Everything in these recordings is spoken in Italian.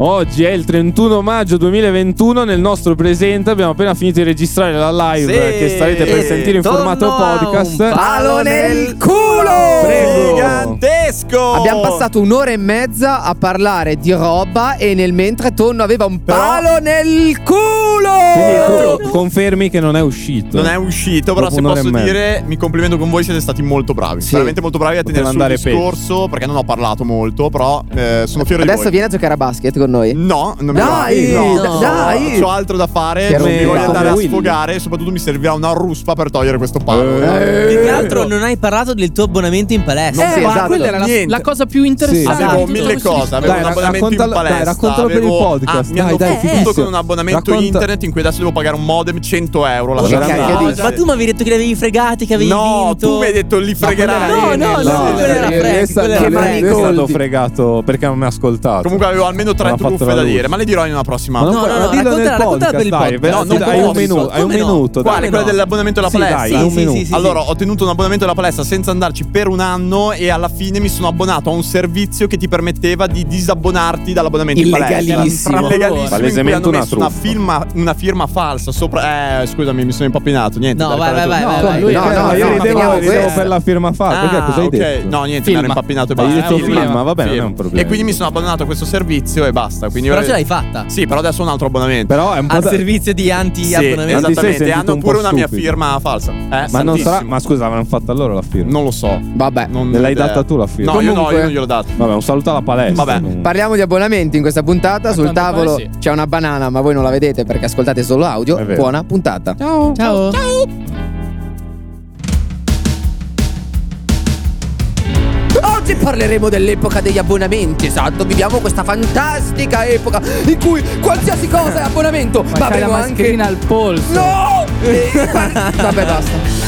Oggi è il 31 maggio 2021, nel nostro presente abbiamo appena finito di registrare la live Sì, che starete per e sentire in torno formato a Un podcast. palo nel culo! Prego. Gigantesco! Abbiamo passato un'ora e mezza a parlare di roba e nel mentre Tonno aveva un palo nel Quindi culo. tu confermi che non è uscito. Non è uscito, però Dopo se un'ora posso e mezza. dire, mi complimento con voi, siete stati molto bravi. Veramente molto bravi a Poteva tenere sul andare peggio. discorso, perché non ho parlato molto, però eh, sono fiero Adesso di voi. vieni a giocare a basket con noi. No, non mi Dai, va. no. dai. Ho altro da fare, Chiaro non mi come- voglio andare a come Willy. sfogare e soprattutto mi servirà una ruspa per togliere questo palo. Eh. Più che altro non hai parlato del tuo abbonamento in palestra. sì, Ma esatto. quella era la, Niente. la cosa più Esatto. interessante. Avevo di tutto mille questo cose, avevo Dai, un ra- abbonamento in raccontalo- dai, palestra. raccontalo per il avevo- podcast, Ah, mi dai, hanno dai, confuso fighissimo. con un abbonamento Racconta- internet in cui adesso devo pagare un modem 100 euro. La Oh, sera. cacchio No, di- Ma tu mi avevi detto che li avevi fregati, che avevi no, vinto. tu mi hai detto li fregherai. No, no, No, no, quella era eh, Frank, resta- quella era che Frank. Lui è Goldi. stato fregato perché non mi ha ascoltato. Comunque avevo almeno tre Non ha fatto truffe la da luce. dire, ma le dirò in una prossima. Ma non No, puoi- no, ma no, dillo nel raccontala- raccontala per il podcast, dai, podcast. dai, No, non hai un posso. minuto, hai un Come no? minuto. dai. Quale? Quella dell'abbonamento alla Sì, palestra? dai, un Sì, minuto. sì, sì, sì. allora, ho tenuto un abbonamento alla palestra senza andarci per un anno e alla fine mi sono abbonato a un servizio che ti permetteva di disabbonarti dall'abbonamento in palestra. Illegalissimo. Illegalissimo. Palesemente in cui hanno una messo una, truffa. firma, una firma falsa sopra. Eh, scusami, mi sono impappinato. Niente. No, dai, vai, parla vai, tu. vai, No, vai, vai. lui- Eh, no, no, no, io no, ridevo, no, ridevo questa. per la firma fatta. Ah, perché cosa hai ok. detto? No, niente, Filma. mi ero impappinato e Hai basta. detto Firma. film, ma vabbè, Firma. non è un problema. E quindi mi sono abbonato a questo servizio e basta. Quindi Però ora- ce l'hai fatta. Sì, però adesso ho un altro abbonamento. Però è un po' Al da- servizio di sì, Non ti anti-abbonamento. sei esattamente. E sentito hanno un po' pure una mia stupido? firma falsa. Eh, Ma non sarà. santissimo. Ma scusa, l'hanno fatta loro la firma? Non lo so. Vabbè. Non Me l'hai idea. data tu la firma? No, io no, Comunque- io non gliel'ho data. Vabbè, un saluto alla palestra. Vabbè. Non- Parliamo di abbonamenti in questa puntata. Sul quanto pare tavolo sì. c'è una banana, ma voi non la vedete perché ascoltate solo È audio. vero. Buona puntata. Ciao. Oggi parleremo dell'epoca degli abbonamenti, esatto, viviamo questa fantastica epoca in cui qualsiasi cosa è abbonamento, ma, Ma c'hai la avremo anche... mascherina al polso. No! E- Vabbè basta.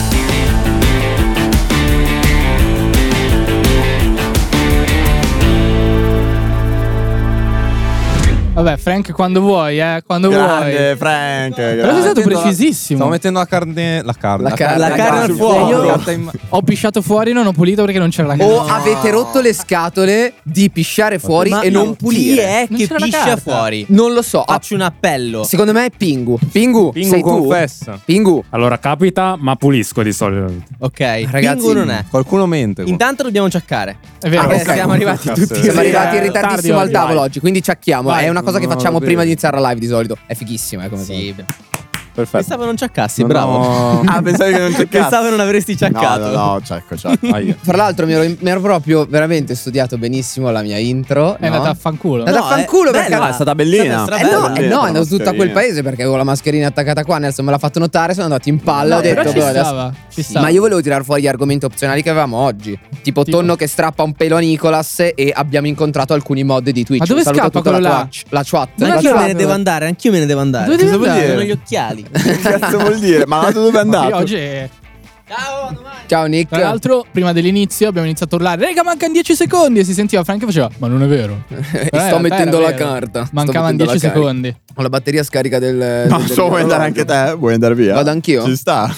Vabbè, Frank, quando vuoi, eh. Quando vuoi. Grande Frank. Però sei Grande. stato precisissimo. Stavo mettendo la carne. La carne. La carne- La carne al sul fuoco. La Io- carta in ma- Ho pisciato fuori e non ho pulito perché non c'era la O carta. avete rotto le scatole di pisciare fuori Ma e non Chi pulire. è Non che c'era la piscia carta. fuori? Non lo so. Ah, Faccio un appello. Secondo me è Pingu. Pingu, Pingu sei confessa. tu? Pingu. Allora capita, ma pulisco di solito. Ok, Ragazzi, Pingu non è. Qualcuno mente. Intanto dobbiamo ciaccare. È vero. Ah, Eh, ok. siamo arrivati Cazzo, tutti. Siamo Sì, arrivati in eh, ritardissimo tardi al oggi, tavolo vai. oggi, quindi ciacchiamo. Vai. è una cosa che No, facciamo vabbè. prima di iniziare la live di solito. È fighissima, eh, come Sì, beh. Perfetto. pensavo non ciaccassi, No, bravo. no. Ah, pensavi che non c'è Pensavo non avresti ciaccato. No, no, no, ciacco, ciacco. Aia. Fra l'altro mi ero, mi ero proprio veramente studiato benissimo la mia intro. È no? andata a fanculo. Andata a fanculo perché- bella. è stata bellina. È Eh stata no, strabella. eh no, è andato tutto a quel Mascherina. paese perché avevo la mascherina attaccata qua, Nelson me l'ha fatto notare, sono andato in palla, ho detto Però ci "Beh, adesso- stava. Ci stava. Ma io volevo tirare fuori gli argomenti opzionali che avevamo oggi, tipo, Tipo? Tonno che strappa un pelo a Nicolas e abbiamo incontrato alcuni mod di Twitch. Ma dove Saluto scappa tutta quello la là? Twatch- la chat. Ma Ma anch'io che me ne fa- devo andare, anch'io me ne devo andare. Dove devi Cosa vuol andare? dire? Sono gli occhiali. Che cazzo vuol dire? Ma l'altro dove è Io andato? oggi è- Ciao, domani. Ciao Nick. Tra l'altro, prima dell'inizio abbiamo iniziato a urlare: Rega, mancano 10 secondi. E si sentiva Frank che faceva: Ma non è vero. Però in realtà era sto mettendo la vero. carta. Sto Mancavano mettendo 10 la carica. secondi. Ho la batteria scarica del. No, del- so vuoi andare anche te? Vuoi andare via? Vado anch'io? Ci sta.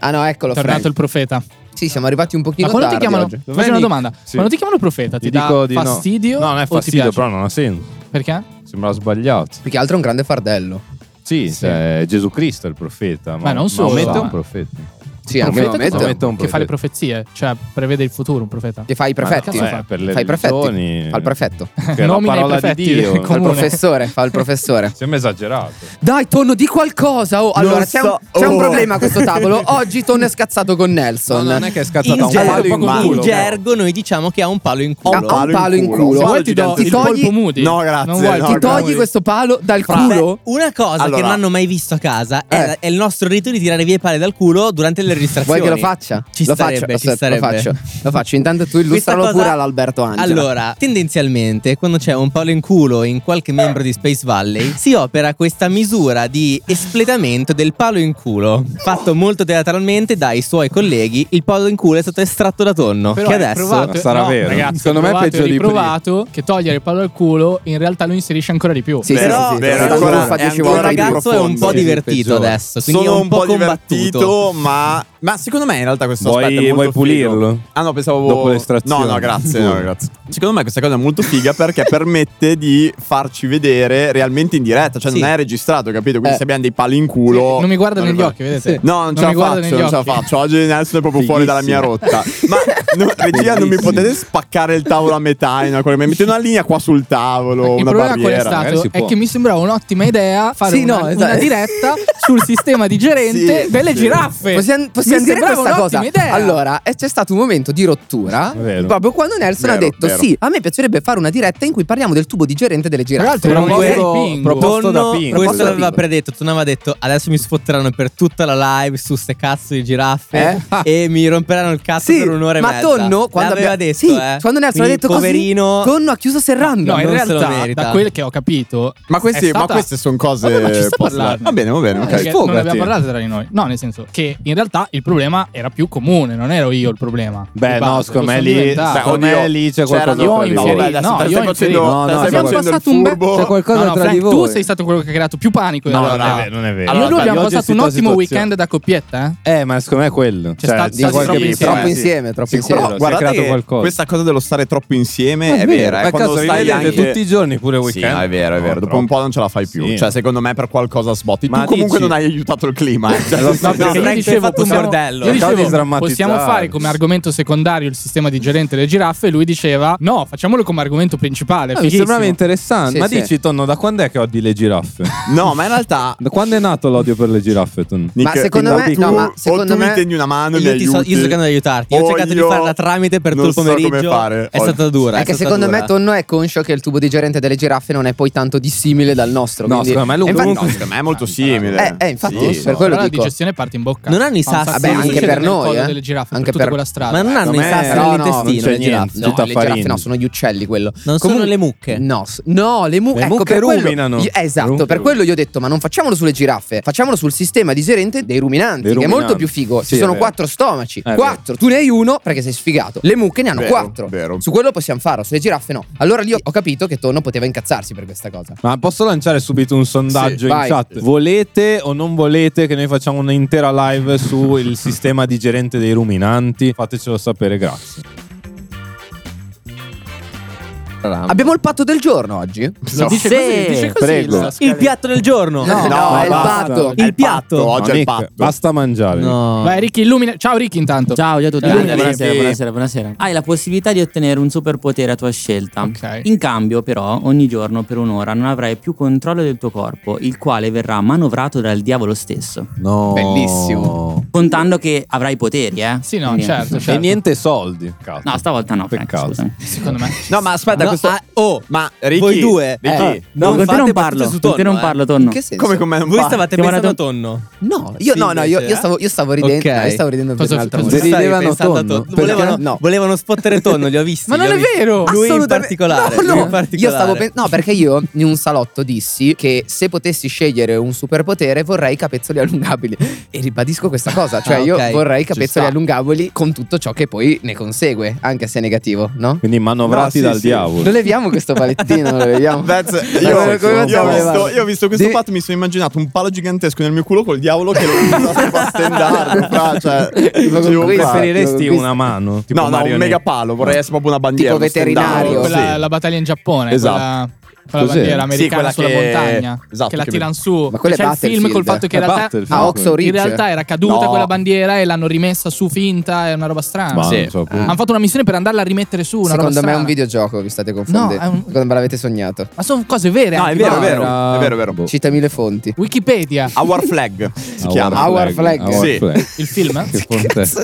Ah no, eccolo. È tornato Frank. il profeta. Sì, siamo arrivati un pochino Ma quando ti tardi chiamano? oggi. Faccio una Nick? domanda. Sì. Quando ti chiamano profeta, ti, Ti dà dico di no. fastidio? No, non o è ti fastidio, piace? però non ha senso. Perché? Sembra sbagliato. Più che altro è un grande fardello. Sì, Sì. cioè, Gesù Cristo è il profeta. Ma, Ma non solo. Maometto è Ma- un profeta. Sì, anche Profeta Maometto. cosa? Maometto è un Che fa le profeta. profezie, cioè prevede il futuro un profeta. Che fa i prefetti. Ma che cazzo fa? fa i prefetti. Fa il prefetto. Che è la Nomina i parola di prefetti, Dio. Fa il comune. professore. Fa il professore. Sembra esagerato. Dai, Tonno, di qualcosa. Oh, allora, c'è, un, so. c'è un Oh. problema a questo tavolo. Oggi Tonno è scazzato con Nelson. No, non è che è scazzato, ha un palo in culo. In gergo noi diciamo che ha un palo in culo. Ha un palo in culo. Ti togli, No, grazie. ti togli questo palo dal culo? Una cosa Allora. Eh. che non hanno mai visto a casa è, la- è il nostro rito di tirare via i pali dal culo durante le registrazioni. Vuoi che lo faccia? Ci lo starebbe, faccio, ci aspetta, starebbe. lo faccio. Lo faccio. Intanto tu Questa illustralo cosa- pure all'Alberto Angela. Allora, tendenzialmente, quando c'è un palo in culo in qualche membro di Space Valley, si opera questa misura di espletamento del palo in culo, fatto molto teatralmente dai suoi colleghi. Il palo in culo è stato estratto da tonno. Però che hai adesso provato- no, Ragazzi, secondo me è peggio Ho di provato che togliere il palo al culo in realtà lo inserisce ancora di più. Sì, sì, Però- sì, sì, vero, sta ancora- ancora- fa è dieci ancora volte più ragazzo è un profondo. po' divertito adesso, quindi Sono è un, un po', po' divertito, combattuto. ma, ma secondo me in realtà questo Vuoi- aspetto è molto vuoi figo. pulirlo? Ah no, pensavo Dopo l'estrazione. No, no, grazie, Pure. no, grazie. Secondo me questa cosa è molto figa perché permette di farci vedere realmente in diretta, cioè Sì. non è registrato, capito? Quindi Eh. se abbiamo dei pali in culo Non mi guarda Non negli lo occhi, vedete? No, non ce mi la guarda faccio, negli non ce la occhi. faccio. Oggi Nelson è proprio fuori dalla mia rotta. Ma no, regia, non mi potete spaccare il tavolo a metà. in una cosa- Mettete una linea qua sul tavolo, Il una problema qual è barriera. stato? È che mi sembrava un'ottima idea fare Sì, una, no, una esatto. diretta sul sistema digerente Sì, delle sì. giraffe. Possiamo, possiamo Mi dire sembrava questa cosa. un'ottima idea. Allora, eh, c'è stato un momento di rottura Vero. proprio quando Nelson Vero, ha detto: vero. Sì, a me piacerebbe fare una diretta in cui parliamo del tubo digerente delle giraffe. Però Proposto- questo- proposto da Tonno- Pingu. Questo Proposto da l'aveva Pingu. predetto. Tonno aveva detto: Adesso mi sfotteranno per tutta la live su ste cazzo di giraffe e mi romperanno il cazzo Eh? Sì, per un'ora e ma mezza. Tonno, quando l'aveva abbia- detto, sì, eh. quando Nelson ha Quindi, detto così, poverino, Tonno ha chiuso serrando. No, in non se lo realtà, merita. da quel che ho capito. Ma, questi- è stata- ma queste sono cose. Vabbè, ma ci sta post- parlando. Va bene, va bene. No, ok. perché non ne abbiamo Sfogati. parlato tra di noi. No, nel senso che in realtà il problema era più comune, non ero io il problema. Beh, Di no, base, secondo lo me sono lì- diventato. beh, secondo me lì c'è C'era- qualcosa io ho tra di voi. inserito- Adesso no, Ah, te stai io ho facendo- inserito- no, no, Abbiamo stai facendo passato il un be- furbo. Cioè, C'è qualcosa No, no, tra Frank, di voi. tu Tu sei sei stato quello che ha creato più panico. No, non è vero, non è vero. Io e lui Allora, abbiamo oggi passato un sta ottimo situazione. weekend da coppietta, eh? Eh, ma secondo me è quello. Cioè, C'è sta- di qualche- troppo insieme. Sì, Troppo sì. insieme, troppo Sicuro, insieme. si è Guardate creato che qualcosa. Questa cosa dello stare troppo insieme Ma è, è vero, vera. ma eh, quando cazzo, vi stai vedete anche- tutti i giorni, pure weekend? Sì, no, è vero, è vero. Dopo un po' non ce la fai più. Sì. Cioè, secondo me, per qualcosa sbotti. Ma tu comunque dici- non hai aiutato il clima. eh. Cioè, Lo sì, so, sì, perché sì. io Frank, dicevo, hai fatto un possiamo- bordello. Io Cercavo di dicevo, sdrammatizzare. possiamo fare come argomento secondario il sistema digerente delle giraffe. E lui diceva, no, facciamolo come argomento principale. Ah, mi fighissimo. sembrava interessante. ma dici, Tonno, da quando è che odi le giraffe? No, ma in realtà. Da quando è nato l'odio per le giraffe, Tonno? Ma secondo me, no, ma secondo me, io, ti so, io sto cercando di aiutarti. Io ho Oh, cercato di io farla tramite per tutto non il so pomeriggio. come fare. È Ho- stata ecco, dura. È che secondo me Tonno è conscio che il tubo digerente delle giraffe non è poi tanto dissimile dal nostro. No, quindi- secondo me è E lungo. infatti- Eh, No, secondo me è molto simile. Eh, eh, infatti, Sì, per quello Però la dico. digestione parte in bocca. Non hanno i Fa un sacchi. sacco Vabbè, di anche succede per nel noi, collo eh. delle giraffe, Anche per tutta per- quella strada. Ma Eh, non hanno i sassi no, nell'intestino, no, non c'è le giraffe. niente. No, le giraffe no, sono gli uccelli quello. Non sono le mucche. No, s- no, le, mu- Le ecco, mucche per quello- ruminano. io- esatto, Ruminano. per quello io ho detto, ma non facciamolo sulle giraffe, facciamolo sul sistema digerente dei ruminanti, Dei che è ruminanti. molto più figo. Sì, Ci è sono vero. quattro stomaci, È quattro, tu ne hai uno perché sei sfigato. Le mucche ne hanno Vero, quattro. vero. Su quello possiamo farlo, sulle giraffe no. Allora lì ho- ho capito che Tonno poteva incazzarsi per questa cosa. Ma posso lanciare subito un sondaggio Sì, in vai. chat? Volete o non volete che noi facciamo un'intera live sul sistema digerente dei ruminanti? Fatecelo sapere, grazie. Abbiamo il patto del giorno oggi? Lo dice così, dice così Prego. la Il piatto del giorno. No, no, ma è il basta. patto. Il piatto. No, Nick, Basta mangiare. Vai, Ricky, illumina. Ciao, Ricky, intanto. Ciao, ciao a tutti. Illumina. buonasera, buonasera, buonasera. Hai la possibilità di ottenere un superpotere a tua scelta. In cambio, però, ogni giorno per un'ora non avrai più controllo del tuo corpo, il quale verrà manovrato dal diavolo stesso. No. Bellissimo. Contando che avrai poteri, eh? Sì, no, Quindi- certo, certo. E niente soldi. No, stavolta no. Frank, scusami. Secondo me. No, ma aspetta, No, questo. ah, oh, ma Ricky, voi due, Ricky, eh, no, con te non fate parlo, battute su con te non eh. parlo, Tonno. In che senso? Come con me non Voi parlo? stavate Chiamano pensando a tonno. No, io Sì, no, no, io, invece, io stavo, io stavo ridendo, Ok. io stavo ridendo per Cosa- un'altra cosa cosa. stavi pensando a tonno? Perché? Volevano, volevano spottere tonno, li ho visti. Ma li ho non è visti. vero! Lui in Assolutamente- particolare. No, lui no. in particolare. Io stavo pensando. No, perché io in un salotto dissi che se potessi scegliere un superpotere vorrei i capezzoli allungabili. E ribadisco questa cosa. Cioè, Ah, io ok, vorrei i ci capezzoli sta. allungabili con tutto ciò che poi ne consegue, anche se negativo, no? Quindi manovrati dal diavolo. Lo leviamo questo palettino, lo leviamo. That's- Come- io, come io ho facciamo a visto, levarlo? io ho visto questo Devi- fatto mi sono immaginato un palo gigantesco nel mio culo col diavolo che lo fa stendarlo fra, cioè, Tipo ci devo con- fare. preferiresti una mano? Tipo no no un marionetta. mega palo vorrei essere proprio una bandiera Tipo lo stendarlo, Quella, sì. La battaglia in Giappone. Esatto. quella- Con la Cos'era? bandiera Sì, americana quella sulla che- montagna. esatto, che la che- tirano su. Ma quello è C'è cioè, il film Battlefield. col fatto che in È realtà, Battlefield. no, Ah, Oxo in Ridge. realtà era caduta No. quella bandiera e l'hanno rimessa su finta. È una roba strana. Ma Sì. non so, Mm. appunto. Hanno fatto una missione per andarla a rimettere su. Una roba Secondo me è strana. un videogioco, vi state confondendo. No, è un- Secondo me l'avete Ah, sognato. Ma sono cose vere. No, è anche, vero, è no? vero, è vero, è boh. vero. Citami le fonti. Wikipedia. Our Flag si Our chiama. Flag, Our Flag. Our Sì. Flag. Il film? Che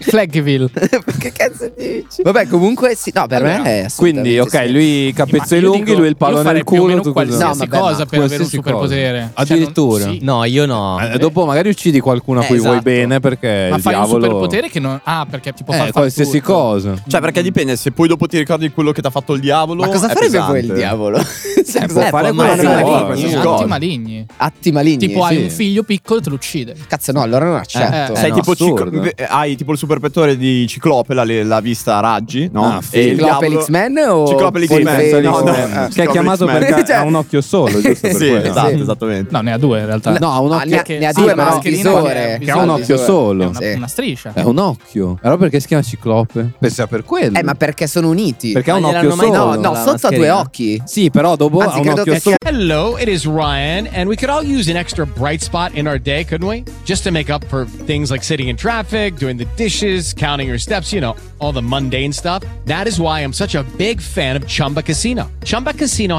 Flagville. che cazzo dici? Vabbè, comunque, sì, no, per Allora, me è. quindi, ok, lui i capezzoli lunghi, lui il palo nel culo, tu cosa- qualsiasi No, vabbè, cosa ma per avere un qualsiasi cosa. superpotere. Addirittura? Cioè, non- sì. No, io no. Eh, dopo magari uccidi qualcuno a Eh, cui vuoi esatto. bene perché Ma Eh, il fai un diavolo... superpotere che non. Ah, perché tipo Eh, far fare qualsiasi tutto. cosa. Cioè, perché dipende se poi dopo ti ricordi quello che ti ha fatto il diavolo. Ma cosa è farebbe pesante. voi il diavolo? Cioè, Eh, cosa- può fare ma- quello che ma- vuole, ma- qualsiasi ma- cosa. Atti maligni. Atti maligni. Tipo, hai sì. un eh. figlio piccolo e te lo uccide. Cazzo, no, allora non accetto. Sei tipo ciclo- eh, hai tipo il superpettore di Ciclope, la, la vista a raggi, no? Ah, Ciclope l'X-Men o Ciclope l'X-Men? Wolverine? No, no, Che eh, ha Ciclope chiamato l'X-Men. perché cioè ha un occhio solo, giusto per sì, quello. esatto, Sì. esattamente. No, ne ha due in realtà. No, ha un Ah, occhio- ne ha- che- ne ha sì, due, la ma ha un mascherina visore. Che ha un visore. occhio Visore. solo. È una, Sì. una striscia. È un occhio. Allora perché si chiama ciclope? Pensa per quello. Eh, ma perché sono uniti? Perché ha un Ma occhio gliel'hanno mai- solo. No, no, la sotto ha due mascherina. occhi. Sì, però dopo ha un occhio solo. Hello, it is Ryan, and we could all use an extra bright spot in our day, couldn't we? Just to make up for things like sitting in traffic, doing the dishes, counting your steps, you know, all the mundane stuff. That is why I'm such a big fan of Chumba Casino. Chumba Casino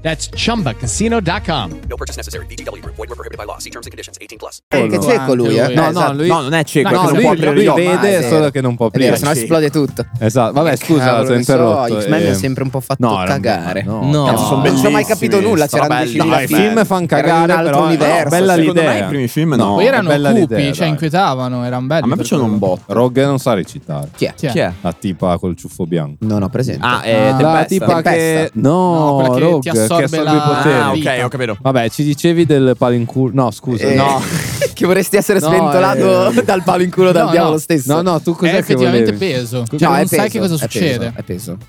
That's chumbacasino.com. No purchase necessary. VGW Group. Void were prohibited by law. See terms and conditions. 18 plus. Che cieco lui, eh? No, no, lui, No, non è cieco, No, è che non lui, può aprire lui gli occhi. vede Ah, sì. solo che non può È aprire. vero, sennò Sì. esplode tutto. Esatto, vabbè, scusa, Eh, cavolo, ti ho ne so, interrotto. X-Men eh. è sempre un po' fatto No, era un- cagare. No, No. Non cazzo, sono ci ho mai bellissimi, capito nulla, sta c'erano bella- decine No, di i film. film fan Era un cagare, altro però universo, no, bella secondo l'idea. me i primi film no. Poi erano bella cupi, l'idea, cioè dai. inquietavano, erano belli. A me per piacciono quello. un botto. Rogue non sa recitare. Chi è? Chi è? La tipa col ciuffo bianco. Non ho presente. Ah, eh, è la Tempesta. tipa che Tempesta. No, No, quella che ti Rogue che assorbe assorbe i la- poteri. Ah, ok, ho capito. Vabbè, ci dicevi del palinculo. No, scusa. Eh, No. che vorresti essere No, sventolato eh. dal palo in culo dal No, diavolo no. stesso. No, no, tu cos'è È che effettivamente volevi? peso. Scusa. Cioè, non sai che cosa succede.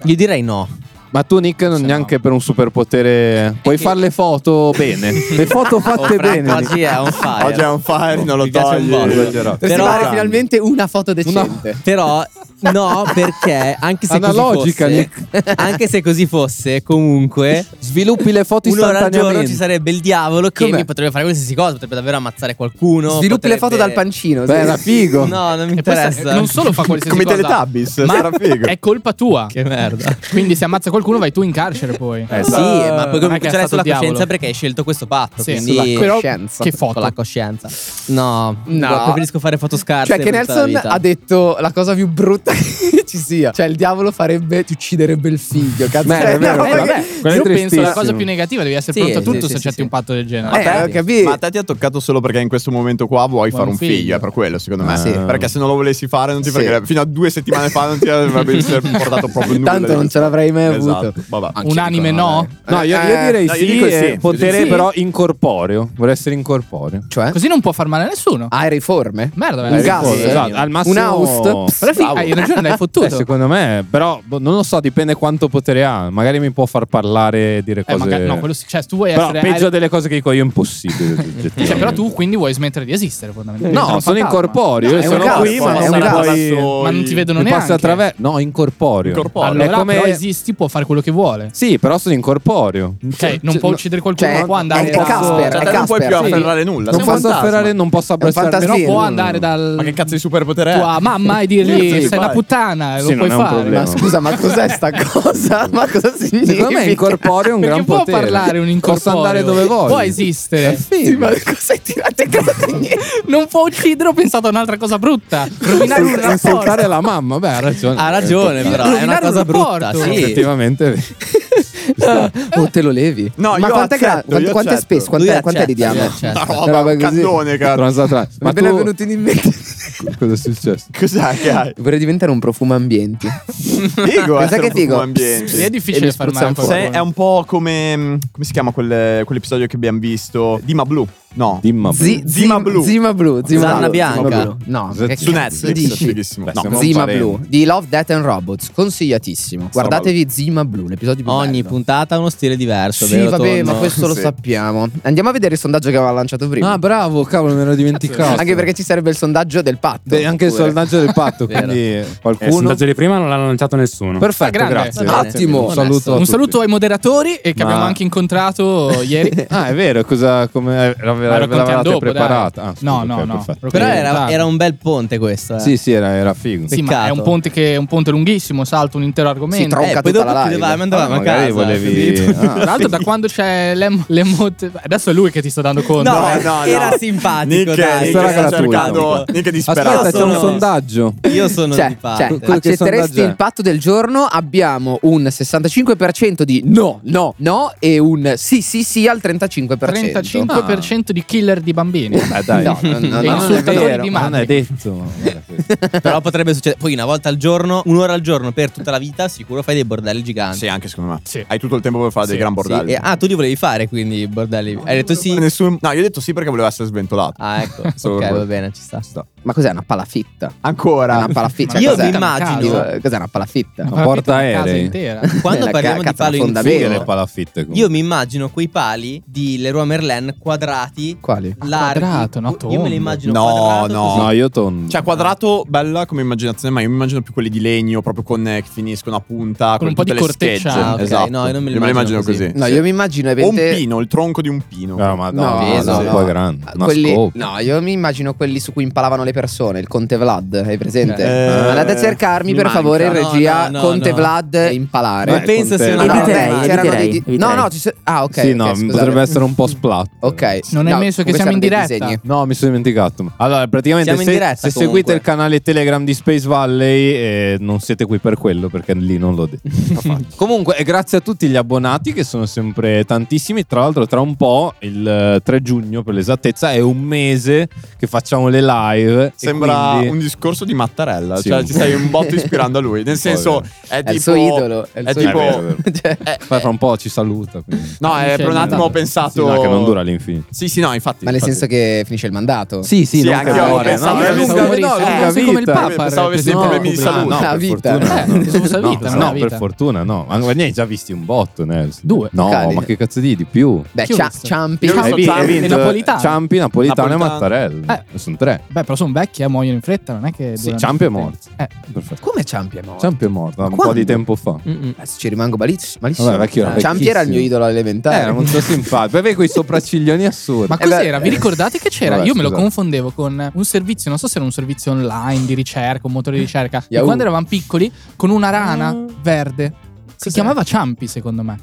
Gli direi no. Ma tu, Nick, non neanche per un superpotere. Puoi fare le foto bene. le Oh, foto fatte bene. Oggi Nick. è un fire. Oh, Oggi è un fire, non lo piace togli. un botto. Esagerato. Dovresti Però- fare finalmente una foto decente. Però no, perché anche se Analogica, così fosse, anche se così fosse, comunque sviluppi le foto un'ora al giorno istantaneamente. ci sarebbe il diavolo che Com'è? mi potrebbe fare qualsiasi cosa, potrebbe davvero ammazzare qualcuno. Sviluppi potrebbe- le foto dal pancino. Beh, sì. era figo. No, non mi E poi sa- interessa. non solo fa qualsiasi Come i cosa Teletubbies, ma sarà figo. è colpa tua. Che merda. Quindi se ammazza qualcuno vai tu in carcere poi. Eh sì, ma poi Non comunque è che è ce l'hai sulla stato il Esatto. diavolo. coscienza perché hai scelto questo patto. Sì, quindi sulla Però coscienza. che foto? Con la coscienza. No, no. preferisco fare foto scarse. Cioè, che per tutta la Nelson vita. ha detto la cosa più brutta che ci sia. Cioè, il diavolo farebbe, ti ucciderebbe il figlio. Cazzo, Beh, Cioè, è vero, no, vabbè, perché- quello è Io penso tristissimo. la cosa più negativa, devi essere pronto a tutto se accetti un patto del genere. Eh, ho capito. Ma a te ti ha toccato solo perché in questo momento qua vuoi Vuoi fare un un figlio, figlio. è per quello secondo me. Ah, sì. Perché se non lo volessi fare non ti Sì. fregherebbe. Fino a due settimane fa non ti avrebbe portato proprio nulla. Tanto non ce l'avrei mai Esatto. avuto. Vabbè. Un anime no? No, io, io Eh, direi no, io sì, dico eh, sì. potere Sì. però incorporeo. Vorrei essere incorporeo. Cioè? Così non può far male a nessuno. Ah, è riforme? Merda, Un gas, esatto, al massimo... un host. Però sì, hai ragione, l'hai fottuto. Eh, secondo me, però boh, non lo so, dipende quanto potere ha. Magari mi può far parlare e dire Eh, cose... magari- no, quello sì, cioè, tu vuoi Però essere- peggio hai- delle cose che dico io è impossibile. oggettivamente. Cioè, però tu quindi vuoi smettere di esistere fondamentalmente. No, sono incorporeo. incorporeo, Io sono qui, ma non, mi puoi... Ma non ti vedono mi passi neanche. attraver- No, incorporeo. Allora, È come- però esisti, può fare quelò che vuole. Sì, però sono incorporeo. Ok, non può uccidere qualcuno, cioè, non può andare è- è da- eh, Casper, Cioè, è te non puoi Casper. più afferrare nulla, Non sei un posso fantasma. afferrare, non posso È un abbracciare Però fantasmino. può nulla. andare dal Ma che cazzo di superpotere è? tua mamma e dirgli Sì, sei una vai. puttana, Sì, lo puoi fare. Ma scusa, ma cos'è sta cosa? Ma cosa significa? Secondo me incorporeo è un Perché gran può potere. parlare un incorporeo. Posso andare dove voglio. Può esistere. Sì, ma cosa hai tirato in casa? Non può uccidere, ho pensato a un'altra cosa brutta. Rovinare un Insul- Insultare rapporto. la mamma, beh, ha ragione. Ha ragione, però, è una Rovinare cosa Esatto. un rapporto. brutta, sì. Effettivamente. o te lo levi? No, ma io quant'è, che- accetto, quanto- io quant'è accetto. spesso? Quant'è, Lui quant'è di accetta, lui diamante? accetta. Una roba, un cannone, cazzo. Transatlante. Ma Ma appena tu- venuto in mente. Cosa è successo? Cos'è che hai? Vorrei diventare un profumo ambienti. Figo, Pensa essere che un po' figo. ambiente. Cioè, Sì, è difficile E li far male spruzziamo a fuori. Sai, È un po' come. Come si chiama quel- quell'episodio che abbiamo visto? Dima Blu. No. Dimma blu. Zi- Zima blu. Zima blu. Zima Zanna blu, bianca. Zima blu. No, Z- che su cazzo Netflix, dici? fighissimo. Beh, stiamo Zima parlando. blu di Love, Death and Robots. Consigliatissimo. Guardatevi Zima blu, l'episodio più Ogni puntata ha uno stile diverso. Sì, vero, vabbè, Tonno? ma questo lo Sì. sappiamo. Andiamo a vedere il sondaggio che aveva lanciato prima. Ah, bravo, cavolo, me l'ero dimenticato. Anche perché ci serve il sondaggio del patto. Beh, anche il sondaggio del patto, quindi Il sondaggio di prima non l'ha lanciato nessuno. Ah, grande. Un saluto. a Un tutti. saluto ai moderatori e che Ma- abbiamo anche incontrato ieri. Ah, è vero, cosa come eh, l'ave- Ma l'ave- raccontiamo l'avevate dopo, dai. preparata? Ah, scusa, No, no, ok, no. perfetto. Però era, era un bel ponte questo. Eh. Sì, sì, era, era figo. Sì, ma è un ponte che è un ponte lunghissimo, salta un intero argomento. Sì, tronca Eh, poi tutta dopo la live. chiudevamo e andavamo Ah, a magari casa, volevi- capito? Ah. Tra l'altro, da quando c'è l'em- l'emote. Adesso è lui che ti sta dando conto. No, era simpatico. Nick- dai. Nick Era sta gratuito. cercando- Nick è disperato. Io Aspetta, c'è un sono- sondaggio. Io sono Cioè, di cioè, parte. accetteresti il patto del giorno? Abbiamo un 65% di no, no, no e un sì, sì, sì al 35%. 35% di killer di bambini. dai. No, no, no, E no, insultatori non è vero, di ma madre. non è detto. Però potrebbe succedere. Poi una volta al giorno, un'ora al giorno per tutta la vita, sicuro fai dei bordelli giganti. Sì, anche secondo me. Hai tutto il tempo per fare dei gran bordelli. ah, tu li volevi fare quindi i bordelli. Hai detto sì? Nessun- No, io ho detto sì perché voleva essere sventolato. Ah, ecco. ok, va bene, ci sta. Ma cos'è una palafitta? Ancora? Una palafitta. Io cos'è? mi immagino- Cos'è cos'è una palafitta? Una porta aerei. Quando parliamo di palo in le culo, palafitte. comunque. io mi immagino quei pali di Leroy Merlin quadrati. Quali? Larghi. Quadrato, no, Io me tondo. li immagino No, quadrato. no. così. No, io tondo. Cioè, quadrato bella come immaginazione, ma io mi immagino più quelli di legno, proprio con eh, che finiscono a punta, Con con, un po' tutte di le corteccia. schegge. Ah, ok, Esatto. no, io non me li immagino me immagino così. Eh, così. No, sì. io mi immagino O un eventualmente- pino, il tronco di un pino. No, ma no, no, no, un no. po' grande. Una Quelli- scopa. no, io mi immagino quelli su cui impalavano le persone, il Conte Vlad, hai presente? Eh, Andate a cercarmi mi per manca. favore in No, regia no, no, Conte no. Vlad e impalare. Ma pensa se una- Ah, no, Eviterei, vabbè, c'erano eviterei, dei- No, eviterei. no, ci so- ah, ok. sì, ok, eh, no, scusate. potrebbe essere un po' splat. Ok. Non è messo che siamo in diretta. Esatto. No, mi sono dimenticato. Allora, praticamente Siamo in se, diretta, se comunque. seguite il canale Telegram di Space Valley eh, non siete qui per quello perché lì non l'ho detto. Comunque, e grazie a tutti gli abbonati che sono sempre tantissimi. Tra l'altro, tra un po', il eh, 3 giugno per l'esattezza, è un mese che facciamo le live. e Sembra quindi- un discorso di Mattarella, Sì. cioè ci stai un botto ispirando a lui. Nel senso, È è, tipo. il suo idolo, è il suo tipo. idolo. Cioè, Eh, Eh, Poi fra un po' ci saluta. quindi. No, è, per un attimo ho pensato. Sì, no, che non dura all'infinito. Sì, sì, no, infatti. eh, Ma nel infatti. senso che finisce il mandato? Sì, sì, non anche che io muore, pensavo no? che Eh, lunga- pensavo no, morisse. lunga Sei come il vita. Papa, Pensavo avessi no, problemi di no, salute. no, La per vita. fortuna, Eh, no. solo salita, No, una No, vita. per fortuna no. Ma guarda, ne hai già visti un botto, Nels. Due. No, Cali. ma che cazzo di di più? Beh, Chi ho Cia- visto? Ciampi, Io ho Hai visto vi- hai Ciampi, vinto Napolitano. Ciampi, Napolitano e Napolitano. Mattarella. Sono tre. Beh, però sono vecchi, eh, muoiono in fretta, non è che. Sì, durano- Ciampi è morto. Eh. Perfetto. Come Ciampi è morto? Ciampi è morto un po' Quando? di tempo fa. Eh, ci rimango maliss- malissimo. Vabbè, vecchio era Ciampi era il mio vecchissimo. idolo elementare. Eh, Era molto simpatico. Aveva quei sopracciglioni assurdi. Eh Eh, Ma cos'era? Vi ricordate che c'era? Vabbè, Io me lo scusate. confondevo con un servizio, non so se era un servizio online di ricerca, un motore di ricerca. di Yahoo. quando eravamo piccoli, con una rana verde. Si chiamava Ciampi, secondo me.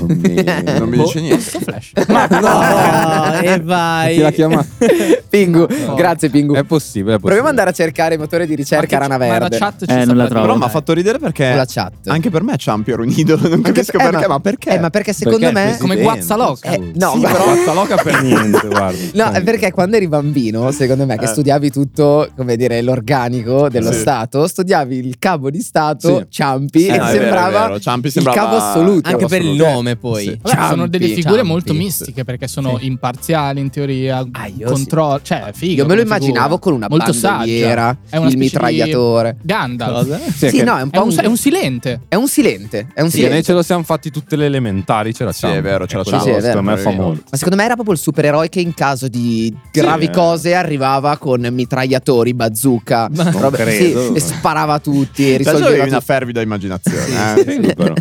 Non mi dice niente. No, e vai. Chi l'ha chiamato? Pingu, grazie Pingu. È possibile, è possibile. Proviamo ad andare a cercare il motore di ricerca Rana Verde. Eh, Però mi ha fatto ridere perché. La chat. Anche per me Ciampi era un idolo. Non capisco eh, perché, ma- ma perché? eh, ma perché secondo Perché è il me Come presidente, Guazzaloca. Eh, no, Sì, ma- però- Guazzaloca per niente, No, è perché quando eri bambino, secondo me, che Eh. studiavi tutto, come dire, l'organico dello Sì. Stato, studiavi il capo di Stato, Sì. Ciampi, Sì, e no, è vero, è sembrava vero. Ciampi il sembrava- cavo assoluto. Anche per il nome, poi. Vabbè, sono delle Ciampi, figure Ciampi. Ah, molto mistiche perché sono imparziali in teoria, sì. controllo, cioè è figo. Io me lo come immaginavo figura. con una molto bandoliera, saggia. È una il specie di mitragliatore. Gandalf. Sì, è Sì, che- no, è un È po' un, un, è un silente. è un silente. È un Sì, noi silente. ce lo siamo fatti tutte le elementari. C'era Ciampi. è vero, c'era E quello, Ciampi. Sì, è Secondo me vero, fa vero. molto. Ma secondo me era proprio il supereroe che in caso di gravi eh. cose arrivava con mitragliatori, bazooka, non robe- credo. sì, e sparava a tutti e Cioè, tu risolveva avevi una tutto. fervida immaginazione. Sì, eh? sì, Sì, però.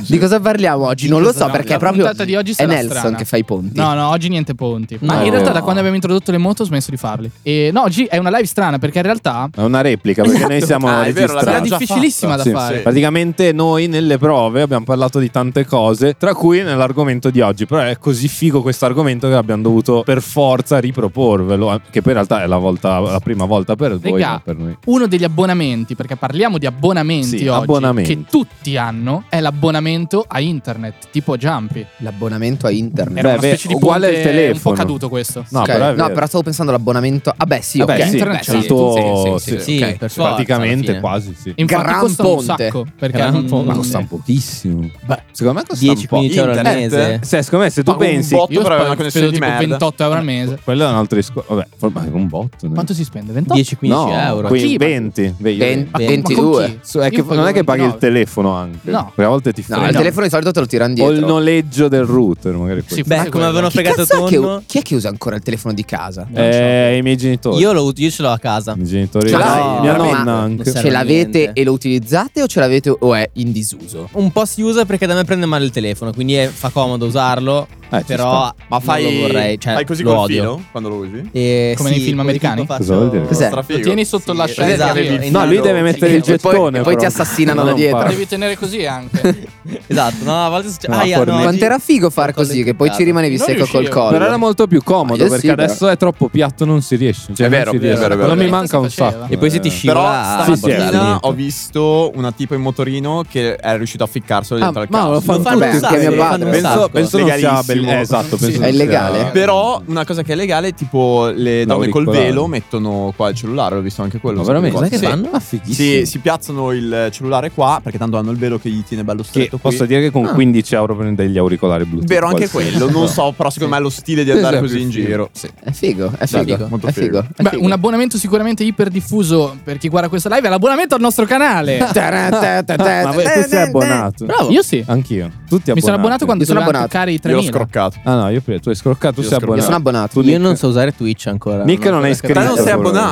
Di cosa parliamo oggi? Non lo so perché è la proprio puntata di oggi è sarà Nelson strana. che fa i ponti. No, no, oggi niente ponti. Ma No. in realtà da quando abbiamo introdotto le moto ho smesso di farli. E no, oggi è una live strana perché in realtà È una replica perché noi siamo Ah, è vero, registrati. l'abbiamo già Era difficilissima fatta. da fare. Sì. Praticamente noi nelle prove abbiamo parlato di tante cose, tra cui nell'argomento di oggi. Però è così figo questo argomento che abbiamo dovuto per forza riproporvelo, eh, che poi in realtà è la, volta- la prima volta per voi, Regà, non per noi. uno degli abbonamenti, perché parliamo di abbonamenti Sì, oggi, abbonamenti. che tutti hanno, è l'abbonamento l'abbonamento a internet, tipo Jumpy. L'abbonamento a internet. Era una specie di uguale al ponte telefono. un po' caduto questo. No, però no, però stavo pensando all'abbonamento. Ah, beh, sì, Vabbè, ok. sì, Internet, c'è il sì, tuo- sì, sì, sì, sì, sì, ok. per forza, praticamente alla fine. quasi, sì. Infatti Gran costa un ponte. sacco, perché Gran non- ponte. Ma costa un pochissimo. secondo me costa 10-15 un po'. euro al Internet? mese. Sì, secondo me se tu Pago un pensi... botto Io per avere una spendo connessione di tipo merda. 28 euro al mese. Quello è un altro discorso. Vabbè, for- ma è un botto. Quanto si spende? 28? No, quindi 20. Ven- vedi, vedi. ma 22. con chi? So, è Io che pago non è che paghi 29. il telefono anche. No. Perché a volte ti No, frega. il telefono di solito te lo tirano O il dietro. noleggio del router, magari. quello. Chi cazzo è che- Chi è che usa ancora il telefono di casa? Eh, i miei genitori. Io, lo, io ce l'ho a casa. I miei genitori. Ce l'hai? Dai, mia Veramente? nonna anche. Ce l'avete e lo utilizzate o ce l'avete o è in disuso? Un po' si usa perché da me prende male il telefono, quindi è- fa comodo usarlo. Eh, ci però sta. non lo vorrei, cioè, fai così lo col odio. filo quando lo usi? Eh, Come sì, nei film col americani? tipo Cosa vuol dire? Cos'è? Cos'è? Lo tieni sotto la Sì, scena. esatto. via. No, lui deve mettere il E poi- e poi gettone. ti però. assassinano da Non dietro. parla. Devi tenere così anche. Esatto, no, a volte succede. No, Aia, formiche. no, Quant'era figo far così che poi ci rimanevi Non secco col riuscivo. collo. Però era molto più comodo Ah, io perché sì, adesso è troppo piatto, non si riesce. Cioè, È non vero, si è riesce. vero, è vero, Quello è mi vero. manca un sacco. E poi se ti Però scivola. stamattina ho visto una tipo in motorino che era riuscito a ficcarselo dentro Ah, al ma cazzo. lo fanno Lo fanno tutti, un sacco, anche mio lo padre. fanno un Penso, sacco. penso non sia Legalissimo. bel- eh, Sì. esatto, penso È non sia- illegale? Però una cosa che è legale, tipo le donne col L'auricolare. velo mettono qua il cellulare, l'ho visto anche quello. Ma veramente? Sì. Cos'è che fanno? Ma Sì, fighissimo. si, piazzano il cellulare qua perché tanto hanno il velo che gli tiene bello Che stretto. qui. Cioè, posso dire che con Ah. 15 euro prende degli auricolari blu. Vero anche quello, non so, però secondo me è lo stile di andare Sì, sì, così in sì. giro. È figo, è Esatto, figo, molto è figo. figo. Beh, un abbonamento sicuramente iperdiffuso per chi guarda questa live è l'abbonamento al nostro canale. Ma voi- tu sei abbonato? Bravo. Io sì. Anch'io. Tutti Mi sono abbonati. abbonato quando dovevamo toccare i 3000. scroccato. Ah no, io prima. Tu hai scroccato, tu Io sei scroccato. abbonato. Io sono abbonato. Tu, Io Nick, non so usare Twitch ancora. Nick non è so perché- iscritto.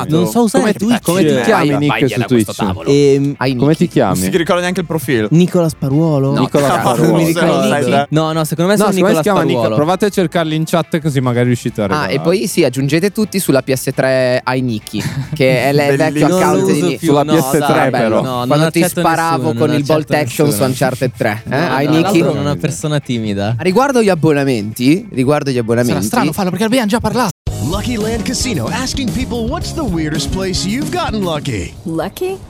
Non so usare Twitch. Come ti chiami Nick su Twitch? Ehm, Come ti Non si chiami? ricorda neanche il profilo. Nicola Sparuolo? No, Nicola cazzo, Sparuolo. Non mi ricordo. Sai te. No, no, secondo me sono No, secondo me si Nicola chiama Nick. Sparuolo. Provate a cercarli in chat così magari riuscite a Ah, arrivare. e poi sì, aggiungete tutti sulla PS3 ai Nicky, che è il vecchio Bellissimo. account Non lo di uso Nick. più, Sulla no, PS3 dai, però. no, non Quando ti accetto sparavo nessuno, con non il bolt accetto action su nessuno. Uncharted 3, eh? No, ai no, Nicky. l'altro è una persona timida. Riguardo gli abbonamenti, riguardo gli Sarà abbonamenti. strano farlo perché abbiamo già parlato. Lucky Land Casino asking people what's the weirdest place you've gotten lucky? Lucky?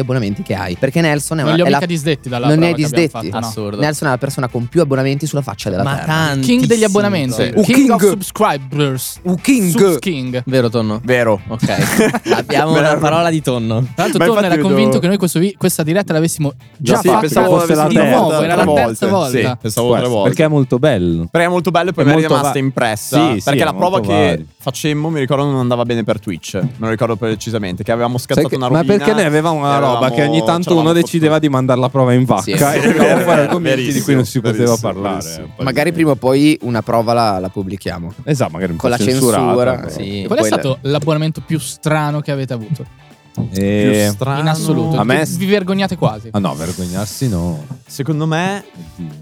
abbonamenti che hai. Perché Nelson è Non una li ho è mica disdetti dalla Non ne hai prova che abbiamo disdetti. fatto, no. Assurdo. Nelson è la persona con più abbonamenti sulla faccia della Ma terra. King degli abbonamenti. Sì. King, Oh, King. of subscribers. U King. Subs King. Vero, Tonno? Vero. Ah, Ok. Abbiamo Vero. una parola di Tonno. Tra l'altro, Tonno era convinto che noi questo vi- questa diretta l'avessimo già Sì, fatta pensavo fosse la di terza, nuovo, era la tre terza volta. Sì, pensavo tre Guarda, volte. Perché è molto bello. Perché è molto bello e poi È mi è molto rimasta va- impressa. Sì, sì, perché è la prova molto che vario. facemmo, mi ricordo, non andava bene per Twitch. Non lo ricordo precisamente. Che avevamo Sai scazzato che- una ma robina. perché noi avevamo una e roba avevamo- che ogni ce tanto l'avamo uno decideva di mandare la prova in vacca Sì, e sì, sì, dovevamo fare verissimo, argomenti di cui non si poteva verissimo, parlare. verissimo. Magari prima o poi una prova la, la pubblichiamo. Esatto, magari un Con po' la censurata, censura. però. Sì, E Qual è poi la- stato l'abbonamento più strano che avete avuto? Eh, Più strano. In assoluto. A me- Vi- Vi vergognate quasi. Ah no, vergognarsi no. Secondo me.